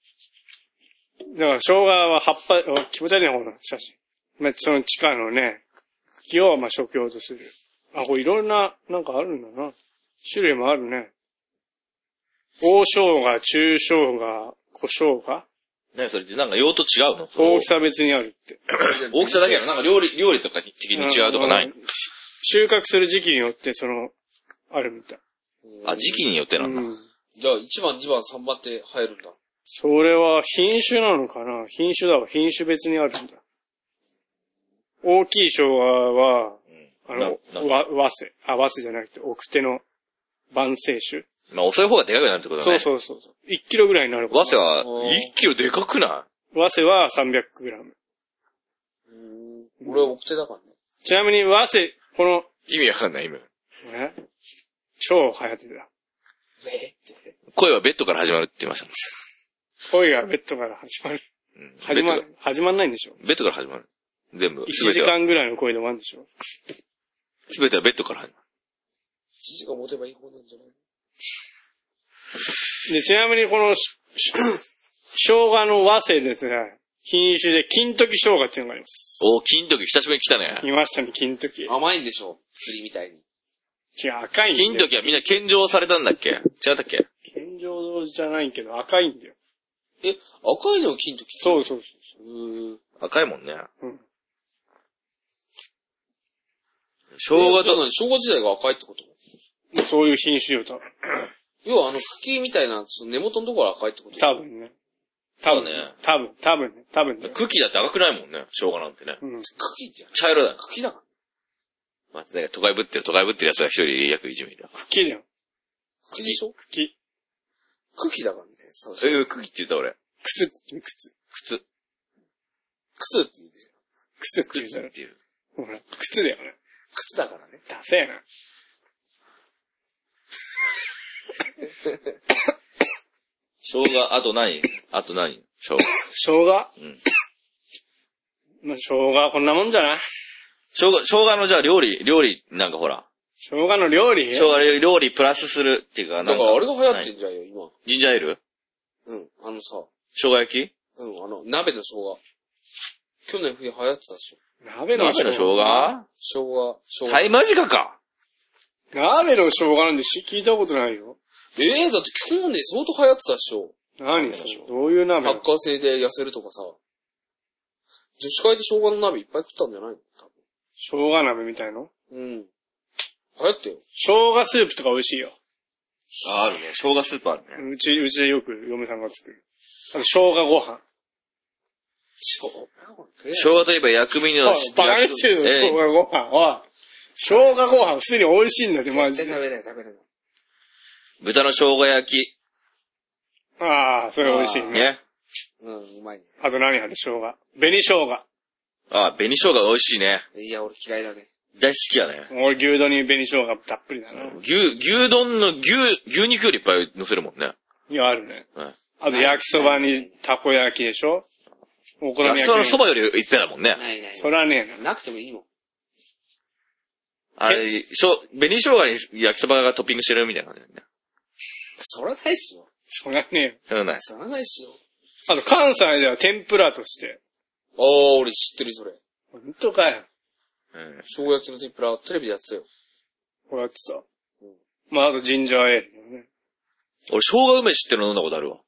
B: だから、生姜は葉っぱ、お気持ち悪いな、この写真。まあ、その地下のね、茎をまあ食用とする。あ、これいろんな、なんかあるんだな。種類もあるね。大生姜、中生姜、小生姜
C: 何それってなんか用途違うの
B: 大きさ別にあるって。
C: 大きさだけやろなんか料理、料理とか的に違うとかないの
B: あのし収穫する時期によって、その、あるみたい。
C: あ、時期によって
B: う
C: なんだ。
B: ん。
D: じゃあ、1番、2番、3番って入るんだ。
B: それは品種なのかな品種だわ。品種別にあるんだ。大きい生姜は、あの、
C: ななん
B: わ、わせ。あ、わせじゃなくて、奥手の万世種。
C: まあ遅い方がでかくなるってことだ
B: そう
C: ね。
B: そうそうそう。1キロぐらいになるかな
C: わせは
D: うん、
C: 一キロでかくな
B: わせは300グラム。
D: うん。俺は奥手だからね。
B: ちなみに、わせ、この、
C: い意味わかんない、今。
B: え超流行ってた。
D: え
C: 声はベッドから始まるって言いましたもん。
B: 恋がベッドから始まる。
C: うん
B: 始ま
C: ベッドか、
B: 始まんないんでしょ
C: らベッドから始まる。全部。
B: ?1
C: す
B: 時
C: べては、
B: 間ぐらいの恋で終わるんでしょ
C: すべてはベッドから始まる。
D: 1時間持てばいい方なんじゃない
B: で、ちなみにこのし、し生姜の和製ですね、品種で金時生姜っていうのがあります。
C: おー、金時久しぶりに来たね。
B: いましたね、金時。違う、
D: 甘いんでしょ釣りみたいに。
B: 赤いんだよ。
C: 金時はみんな献上されたんだっけ違ったっけ
B: 天井堂じゃないけど、赤いんだよ。
D: え、赤いのを金時。
B: そうそうそう
D: うーん。
C: 赤いもんね。
B: う。うん。
C: 生
D: えそ
C: 姜
D: うな
C: と、
D: の昭和時代が赤いってこと
B: そういう品種よ、多分。
D: 要はあの茎みたいな、その根元のところが赤いってこと
B: 多分ね。多分
C: そうね
B: 多分、多分ね。多分ね。
C: 茎だって赤くないもんね。生姜なんてね。
B: うん。
D: 茎じゃん。
C: 茶色だよ。
D: 茎だから。
C: まあ、なんか都会ぶってる、都会ぶってる奴が一人約1名だ。
B: 茎だよ。
D: 茎でしょ
B: 茎。
D: 茎だからね。そうそう。
C: え、茎って言った俺。
B: 靴って言う、靴。
C: 靴。
D: 靴って言うでしょ。
B: 靴って言う
C: 靴
B: じゃ
C: っていう。
B: ほら、靴だよね。
D: 靴だからね。
B: ダセえな。
C: 生姜、あと何あと何生姜。
B: 生姜
C: うん。
B: まあ、生姜はこんなもんじゃない
C: 生姜、生姜のじゃあ料理、料理、なんかほら。
B: 生姜の料理
C: 生姜料理プラスするっていうか、
D: だ
C: なん
D: か
C: か。
D: らあれが流行って
C: る。
D: んじゃんよ、今。
C: ジンジャーエール
D: うん。あのさ、
C: 生姜焼き
D: うん、あの、鍋の生姜。去年冬流行ってたでしょ。
B: 鍋の
C: 生
B: 生
C: の生
B: 姜。
C: 姜
D: 生姜、生姜。
C: タイマジカか
B: 鍋の生姜なんてし聞いたことないよ。
D: ええだって去年相当流行ってたでしょ。
B: 何それどういう鍋
D: 発火性で痩せるとかさ。女子会で生姜の鍋いっぱい食ったんじゃないの多
B: 生姜鍋みたいの
D: 分。うん。流行ったよ。
B: 生姜スープとか美味しいよ。
C: あ、あるね。生姜スープあるね。
B: うち、うちでよく嫁さんが作る。あと、生姜ご飯。
D: 生姜
C: 生姜といえば薬味の
B: おい、バカにしてるの、生姜ご飯。おい。生姜ご飯、普通に美味しいんだって、マジ
D: 全然食べ
B: で。
D: れない、食べれない。
C: え豚の生姜焼き。
B: ああ、それ美味しいね。
C: ね。
D: うん、うまいね。
B: あと何ある生姜。紅生姜。
C: あ、紅生姜美味しいね。
D: いや、俺嫌いだね。
C: 大好きやね。
B: 俺、牛丼に紅生姜たっぷりだな。
C: 牛、牛丼の牛、牛肉よりいっぱい乗せるもんね。
B: いや、あるね
C: うん。
B: あと、焼きそばにたこ焼きでしょお好み焼き
C: 焼きそばの
B: に。
C: そばよりいっぺんだもんね。
D: ないない
B: そ。らねえ
D: なくてもいいもん。
C: あれ、しょ、紅生姜に焼きそばがトッピングしてるみたいな感じだよね。
D: そらないっしょ。
B: そらねえ
C: そうない。
D: そらないっしょ。
B: あと関西では天ぷらとして。
D: ああ、俺知ってるそれ。
B: 本当かよ。
C: うん。
D: 生姜焼きの天ぷら、テレビでやってたよ。
B: これやってた。まあ、あとジンジャーエールもね。
C: 俺、生姜梅酒っての飲んだことあるわ。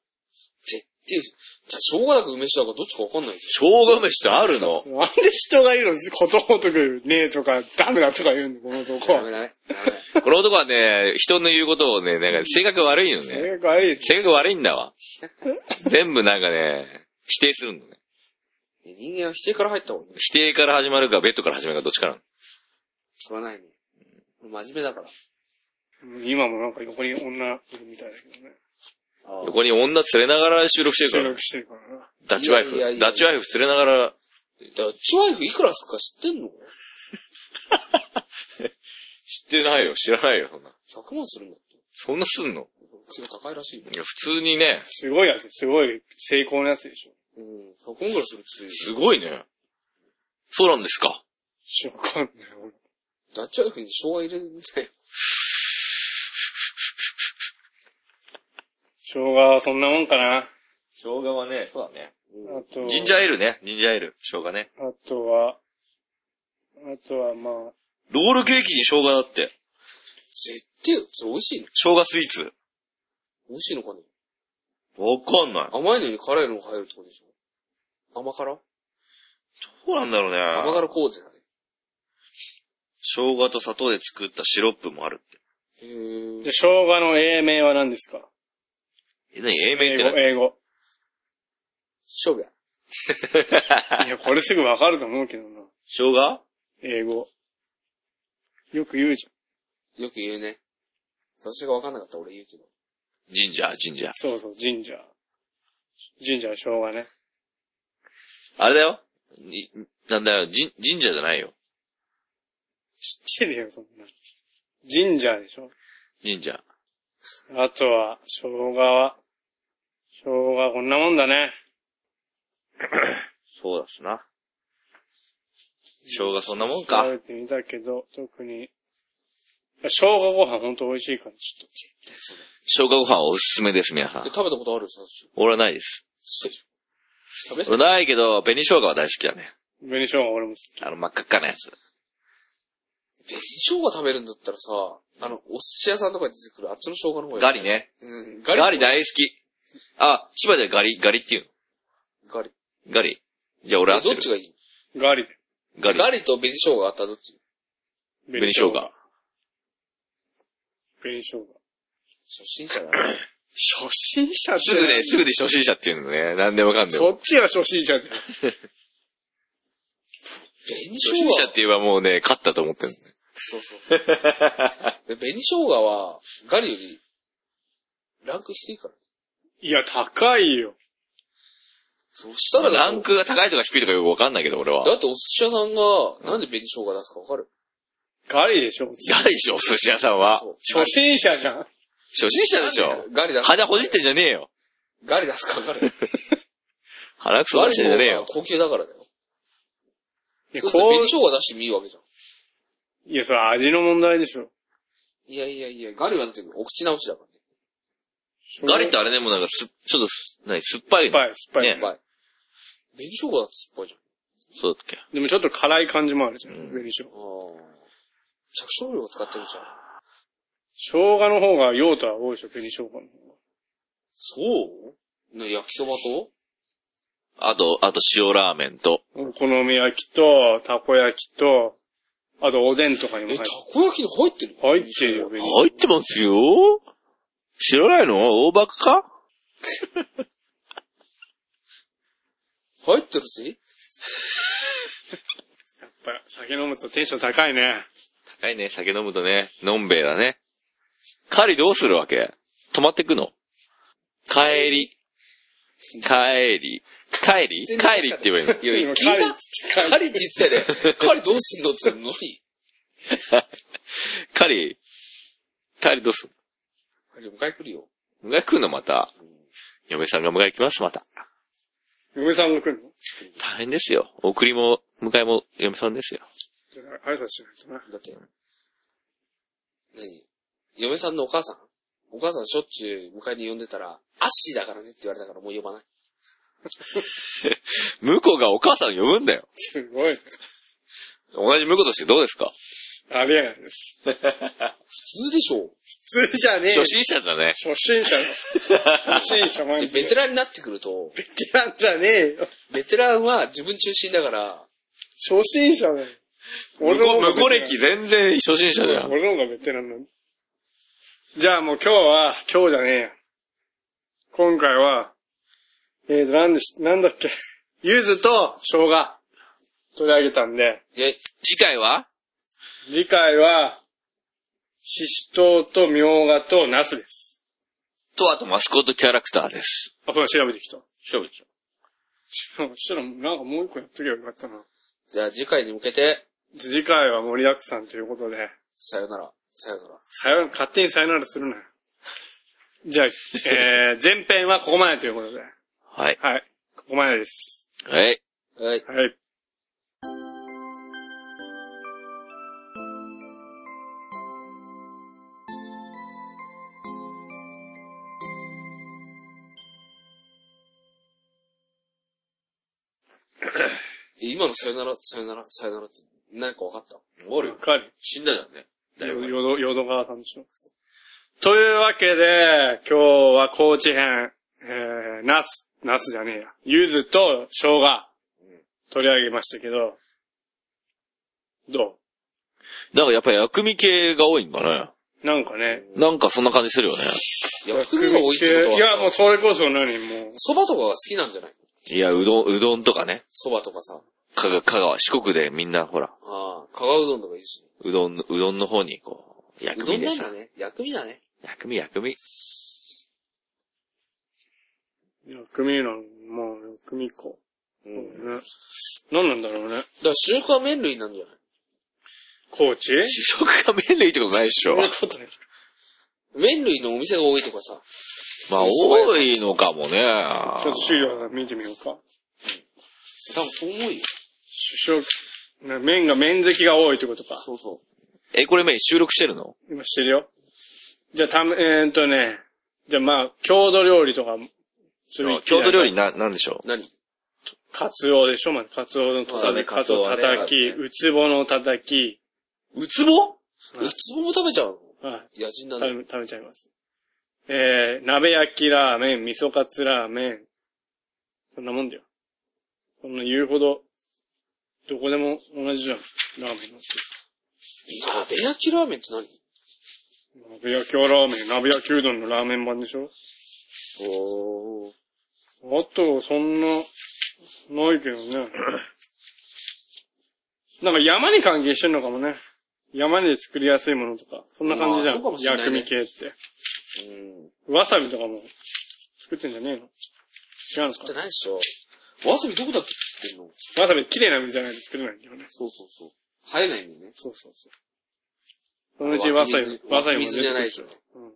D: 絶対、じゃあ、生姜だか梅酒だかどっちかわかんないでし
C: 生姜梅酒ってあるの
B: なんで人が言うのことごとくねえとかダメだとか言うんだ、この
D: ょ。
B: 男
D: ダ
B: は
D: メ。だね。
C: この男はね、人の言うことをね、なんか性格悪いよね。
B: 性格悪い。
C: 性格悪いんだわ。全部なんかね、否定するのね。
D: 人間は否定から入った方がいい。
C: 否定から始まるか、ベッドから始まるか、どっちかなの。
D: それはないね。俺真面目だから。
B: 今もなんか横に女いるみたいだけどね。
C: 横に女連れながら収録して
B: 収
C: るから。
B: 録してるからな。
C: ダッチワ
D: い
C: イ
D: やいやい
C: フ。
D: や
C: ダッチワイフ連れながら、
D: ダッチワイフいくらすっか知ってんの
C: 知ってないよ、知らないよ、そんな。
D: ?100 万するんだって。
C: そんなすんの
D: 口が高いらしいよ。
C: いや、普通にね、
B: すごいやつ、すごい成功なやつでしょ。
D: うん。100万ぐらいするって言って
C: すごいね。そうなんですか。
B: しょうがない。俺
D: たよダッチワイフに生姜入れるみたいな。
B: 生姜はそんなもんかな。
C: 生姜はね、そうだね。
B: あと、
C: ジンジャーエールね、ジンジャーエール、生姜ね。
B: あとは、あとはまあ、
C: ロールケーキに生姜だって。
D: 絶対よ。それ美味しいの
C: 生姜スイーツ。
D: 美味しいのかね
C: わかんない。
D: 甘いのに辛いのが入るってことでしょ甘辛
C: どうなんだろうね。
D: 甘辛コーデだね。
C: 生姜と砂糖で作ったシロップもあるって。
D: へー
B: で、生姜の英名は何ですか
C: え、何英名
B: 英
C: って
B: 語、
C: 何
B: 英語。
D: 生姜。
C: *laughs*
B: いや、これすぐわかると思うけどな。
C: 生姜
B: 英語。よく言うじゃん。
D: よく言うね。私が分かんなかったら俺言うけど。
C: ジンジャー、ジンジャー。
B: そうそう、ジンジャー。ジンジャー、生姜ね。
C: あれだよ。になんだよ、ジン、ジンジャーじゃないよ。
B: 知ってるよ、そんな。ジンジャーでしょ
C: ジンジャー。
B: あとは、生姜は、生姜こんなもんだね。
C: そうだすな。生姜そんなもんか
B: 調。べてみたけど、特に。生姜ご飯ほんと美味しいから、ちょっ
C: 生姜ご飯おすすめです、皆さ
D: で、
C: ん。
D: 食べたことあるさ、最
C: 俺はないです。
D: 初食べた
C: 俺ないけど、紅生姜は大好きだね。
B: と。紅生姜俺も好き。
C: あの、真っ赤っかなやつ。
D: 紅生姜食べるんだったらさ、あの、お寿司屋さんとかに出てくるあっちの生姜の方が
C: ガリ。ね。
D: うん、ガリ。
C: ガリ大好き。あ、千葉ではガリ、ガリっていう
D: ガリ。
C: の。ガリ。じゃあ俺は
D: えどっちがいい
B: ガリで。
C: ガリ。
D: ガリと紅生姜あったらどっち
C: 紅生姜。
B: 紅生姜。
D: 初心者だね。
B: 初心者って
C: すぐね、すぐで初心者っていうのね。なんでわかんない。
B: そっちが初心者って。
D: 紅
C: 初
D: 生
C: 心者
D: 姜
C: って言えばもうね、勝ったと思ってる。
D: そうそう。で紅生姜は、ガリより、ランク低いから。
B: いや、高いよ。
D: そうしたら
C: ラ
D: だ
C: ン
D: と
C: クが高いとか低いとかよくわかんないけど、俺は。
D: だってお寿司屋さんが、なんで紅生姜出すかわかる
B: ガリでしょ
C: ガリでしょ、お寿司屋さんは。
B: 初心者じゃん。
C: 初心者でしょ。
D: ガリ出す。
C: 鼻ほじってんじゃねえよ。
D: ガリ出すかわかる。
C: 鼻くそ出してんじゃねえ
D: ガリの
C: よ。
D: 方が高級だからだよ。
B: いや、
D: こう。
B: こ
D: 紅生
B: う、
D: 姜出してもいいわけじゃん。
B: いや、それ味の問題でしょ。
D: いやいやいや、ガリはだってお口直しだからね。
C: ガリってあれね、もうなんかす、ちょっとす、何、酸っぱい
B: 酸っぱ
C: の。
B: い、酸
D: う
B: っぱい。
C: ね
D: まい。紅生姜だって酸っぱいじゃん。
C: そうだっけ。
B: でもちょっと辛い感じもあるじゃん、
C: うん
B: 紅生姜。
D: ああ。着色料を使ってるじゃん。
B: 生姜の方が用途は多いでしょ、紅生姜の方が。
D: そうの焼きそばと
C: あと、あと塩ラーメンと。
B: お好み焼きと、たこ焼きと、あとおでんとかにも
D: え、
B: 入って
D: たこ焼きに入ってる
B: 入ってるよ、紅生
C: 入ってますよ知らないの大バカか
D: 入ってるし
B: 姜。やっぱ酒飲むとテンション高いね。
C: 高いね、酒飲むとね。のんべえだね。カリどうするわけ泊まってくの帰り。帰り。帰り
D: 全然
C: 帰りって言えばいいの
D: いや、
B: 今
D: 聞いた
B: カリ
D: っつって、カリって言ってたよね。カリどうすんのって言ったのに。
C: カリ、カリどうす
D: カリ迎え来るよ。
C: ん迎え来んのまた。嫁さんが迎え来ます、また。
B: 嫁さんが来るの
C: 大変ですよ。送りも、迎えも、嫁さんですよ。
B: じゃあ挨拶しないとな。
D: だって。何嫁さんのお母さんお母さんしょっちゅう迎えに呼んでたら、アッシーだからねって言われたからもう呼ばない。
C: 向こうがお母さん呼ぶんだよ。
B: すごい。
C: 同じ向こうとしてどうですか
B: ありえないです。
F: 普通でしょ
B: 普通じゃねえ。
C: 初心者だね。
B: 初心者の。初心者マ
D: で
B: ジで。 *laughs*
D: ベテランになってくると、
B: ベテランじゃねえよ。
D: ベテランは自分中心だから、
B: 初心者だよ。
C: 向こう、向こう歴
B: だ
C: 全然初心者じゃん。
B: 俺の方がベテランなの。じゃあもう今日は、今日じゃねえや。今回は、えーと、なんでし、なんだっけ。 *laughs* 柚子と生姜、取り上げたんで、
D: え、
C: 次回は
B: 次回は、シシトウとミョウガとナスです。
C: と、あとマスコットキャラクターです。
B: あ、それ調べてきた。
G: 調べてた。
B: そしたら、なんかもう一個やっときゃよかったな。
D: じゃあ次回に向けて、
B: 次回は盛りだくさんということで、
D: さよなら、さよなら。
B: さよ、勝手にさよならするなよ。じゃあ、えー、前編はここまでということで。
C: はい。
B: はい。ここまでです。
C: はい。
D: はい。
B: はい。
D: 今のさよなら、さよなら、さよならって、何か分かった
C: お
B: わかる。
C: 死んだじゃんね。だいぶ
B: よど、よど川さんでしょ。というわけで、今日は高知編、えー、ナス、ナスじゃねえや。柚子と生姜、取り上げましたけど、ど
C: なんかやっぱり薬味系が多いんだね。
B: うなんかね。
C: なんかそんな感じするよね。
D: 薬味が多いってことは。
B: いや、もうそれこそ何もう、
D: 蕎麦とかが好きなんじゃない
C: いや、うどん、うどんとかね。
D: 蕎麦とかさ。
C: かが、香川、四国でみんなほら、
D: ああ、香川うどんとかいいし。
C: うどん、うどんの方にこう、
D: うど
C: 薬味
D: ん
C: で
D: なん
C: しょ
D: だ。ね。薬味だね。
C: 薬味、薬味。
B: 薬味なの、まあ、薬味か。
D: うん。だか
B: ね。何なんだろうね。
D: ら主食は麺類なんじゃない
B: 高知
C: 主食が麺類ってことないでしょ。
B: *laughs*
D: 麺類のお店が多いとかさ。
C: まあ、多いのかもね。
B: ちょっと資料見てみようか。
D: 多分そう思うよ。
B: 主食、ね麺が面積が多いってことか。
D: そうそ
C: え、これメイン収録してるの
B: 今してるよ。じゃあ、たむ、えー、っとね、じゃあまあ、郷土料理とかも、それ
C: 郷土料理な、なんでしょ
D: う。何
B: カツオでしょまず、カツオの土佐で
G: まあね
B: カツオ
G: カツオはね
B: 叩き、
G: あ
B: ウツボの叩き、
G: うつぼ
B: はいう
D: つぼも食べちゃうの
B: はい、
D: 野人だ
B: 食べ
D: ね。、
B: 食べちゃいます。えー、鍋焼きラーメン、味噌カツラーメン、そんなもんだよ。そんな言うほど、どこでも同じじゃん。ラーメンの。
D: 鍋焼きラーメンって何
B: 鍋焼きはラーメン、鍋焼きうどんのラーメン版でしょ
D: おー。
B: あと、そんな、ないけど
D: *coughs*
B: ね。なんか山に関係してんのかもね。山で作りやすいものとか。そんな感じじ
D: ま
B: ゃ
D: あそ
B: ん。
D: うかもしれない
B: 薬
D: ね
B: 味系って。
D: うん。
B: わさびとかも作ってんじゃねえの違うの
D: 食って
B: か
D: ないでしょ。わさびどこだっけ作ってんの
B: わさび綺麗な水じゃないと作れないんだよね。
D: そうそうそう。生えないんだよね。
B: そうそうそう。そのうちわさび
D: 水、
B: わさびも
D: 水じゃないでしょ。
B: うん。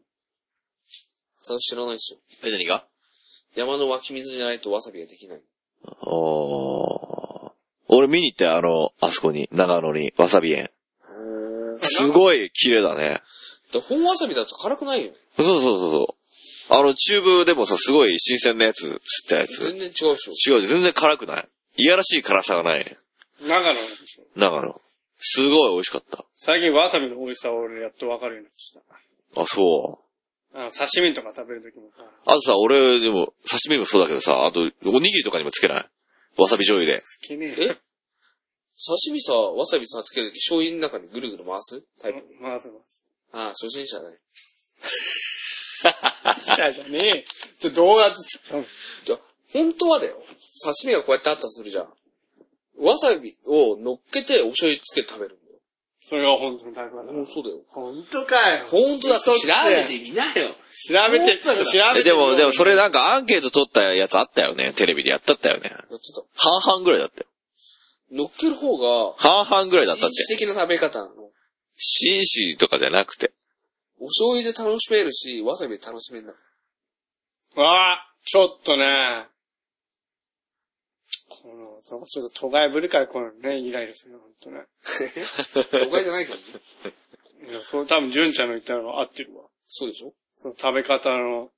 D: それ知らないでしょ。
C: うえ、何が
D: 山の湧き水じゃないとわさびができない。
C: おー。俺見に行ったよ、あの、あそこに、長野に、わさび園。すごい綺麗だね。
D: だ本わさびだと辛くないよ。
C: そうそうそうそう。あの、チューブでもさ、すごい新鮮なやつ、吸ったやつ。
D: 全然違うでしょ。
C: 違う、全然辛くない。いやらしい辛さがない。
B: 長野なんでしょ。
C: 長野。すごい美味しかった。
B: 最近わさびの美味しさを俺やっとわかるようになってきた。
C: あ、そう。
B: あの、刺身とか食べるときも。
C: あとさ、俺、でも、刺身もそうだけどさ、あと、おにぎりとかにもつけないわさび醤油で。
B: つけねえ。
D: え刺身さ、わさびさつけるとき醤油の中にぐるぐる回すタイプ。
B: 回せます。
D: ああ、初心者だね。
B: じゃあじゃねえよ。じゃあどうやって作った
D: じゃあ、本当はだよ。刺身がこうやってあったとするじゃん。わさびを乗っけてお醤油つけて食べるんだよ。
B: それが本当のタイプだな。
D: 本当だよ。
B: 本当かよ。
D: 本当だ
B: 嘘つけ
D: 調べてみなよ。
B: 調べて、調
D: 本当だから
B: べて。
C: え、でも、でも、それなんかアンケート取ったやつあったよね。テレビでやったったよね。
D: やってた。
C: 半々ぐらいだったよ。
D: 乗っける方が、
C: 半々ぐらいだったって。
D: 紳士的な食べ方なの。
C: 紳士とかじゃなくて。
D: お醤油で楽しめるし、わさびで楽しめる
C: *laughs*
D: んだ。
B: わあ、ちょっとね。この、そちょっと都外ぶるからこのね、イライラするの、本当ね。
D: 都会じゃないけどね。
B: いや、そう、多分、純ちゃんの言ったのが合ってるわ。
D: そうでしょ
B: その食べ方の、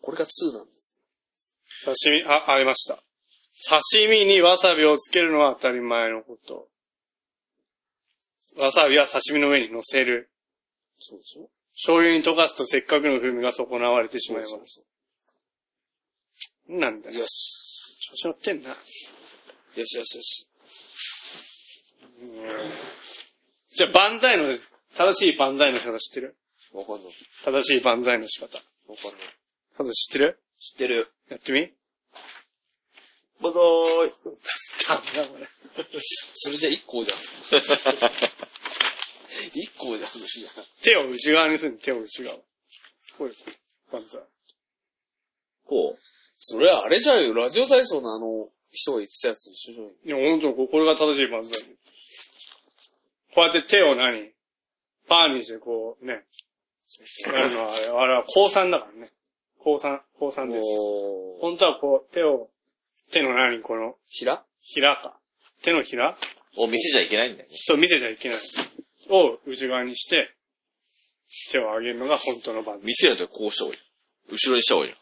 D: これが2なんです。
B: 刺身、あ、ありました。刺身にわさびをつけるのは当たり前のこと。わさびは刺身の上に乗せる。
D: そうでしょ
B: 醤油に溶かすとせっかくの風味が損なわれてしまいます。なんだよ。
D: よし。
B: 調子乗ってんな。
D: よしよしよし。
B: じゃあ、万歳の、正しい万歳の仕方知ってる
D: わかんない。
B: 正しい万歳の仕方。
D: わかんない。
B: カズ知ってる
C: 知ってる。
B: やってみ
C: バザーイ。
B: *laughs* ダメだこれ。
D: それじゃ一個じゃん。 *laughs* 一個じゃん、それじゃん。
B: 手を内側にするの手を内側。これ、万歳。
C: こう。
D: それあれじゃんよ。ラジオ体操のあの、人が言ってたやつ一緒じゃんよ。
B: いや、本当これが正しい万歳。こうやって手を何パーにしてこうね、やるのはあれ、あれは高3だからね。高3、高3です。
D: おー。
B: 本当はこう、手を、手の何この、
D: ひら
B: ひらか。手のひら
C: を見せちゃいけないんだよね。
B: そう見せちゃいけない。を内側にして、手を上げるのが本当の万歳。
C: 見せるやつはこうした方がいい。後ろにした方がいいよ。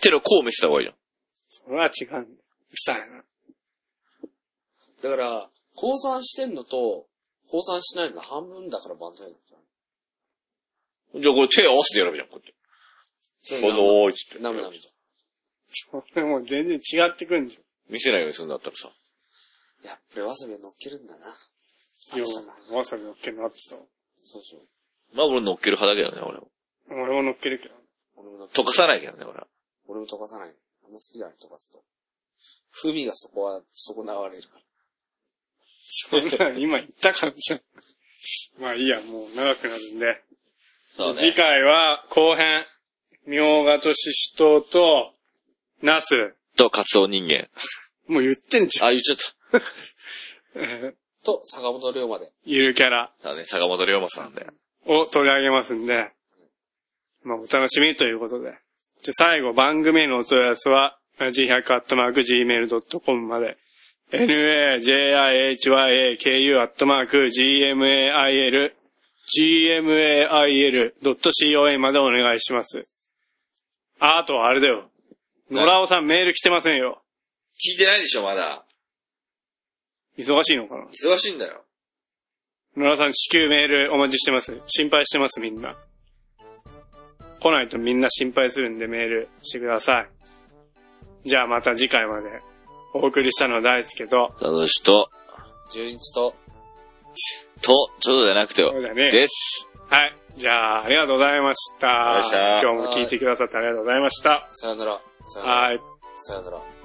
C: 手のこう見せた方がいいよ。
B: それは違うんだよ。うさいな。
D: だから、降参してんのと、降参しないの半分だから万歳だった
C: じゃあこれ手合わせてやればいいじゃん、こうやって。
D: の。
C: バザーイって言って。
D: なめなめじ
B: それもう全然違ってくんじ
C: 見せないようにするんだったらさ。
D: ゃん。やっぱりわさびは乗っけるんだな。
B: ゃん。よう、わさび乗っけるなってさ。
D: そうでしょ。
C: まあ俺乗っける派だけどね、俺も。
B: 俺も乗っけるけど。
D: 俺も乗っけ
C: 溶かさないけどね、俺は。
D: 俺も溶かさない。あんま好きじゃない、溶かすと。風味がそこは、損なわれるから。
B: そんな、今言ったからじゃん。まあいいや、もう長くなるんで。
C: そう
B: 次。回は後編。みょうがとししとうと、なす。
C: と、カツオ人間。
B: もう言ってんじゃん。
C: あ、言っちゃった。
D: と、坂本龍馬で。
B: *laughs* ゆるキャラ
C: だね、坂本龍馬さんで。
B: を取り上げますんで。まあお楽しみということで。じゃあ最後、番組へのお問い合わせは、g100-gmail.com まで。najihyaku-gmail gmail.co までお願いします。あ、あとはあれだよ。野良尾さんメール来てませんよ。
C: 聞いてないでしょ、まだ。
B: 忙しいのかな
C: 忙しいんだよ。
B: 野良さん至急メールお待ちしてます。心配してますみんな。来ないとみんな心配するんでメールしてください。じゃあまた次回まで。お送りしたのは大輔と、
C: 楽しと、
D: 純一と、
C: と、ちょっとじゃなくて
B: そう
C: よ。
B: だね。
C: です。
B: はい。じゃあ、ありがとうございました。
C: ありがとうございました
B: 今日も聞いてくださってありがとうございました。
D: さよなら。さよなら。
B: はい。
D: さよなら。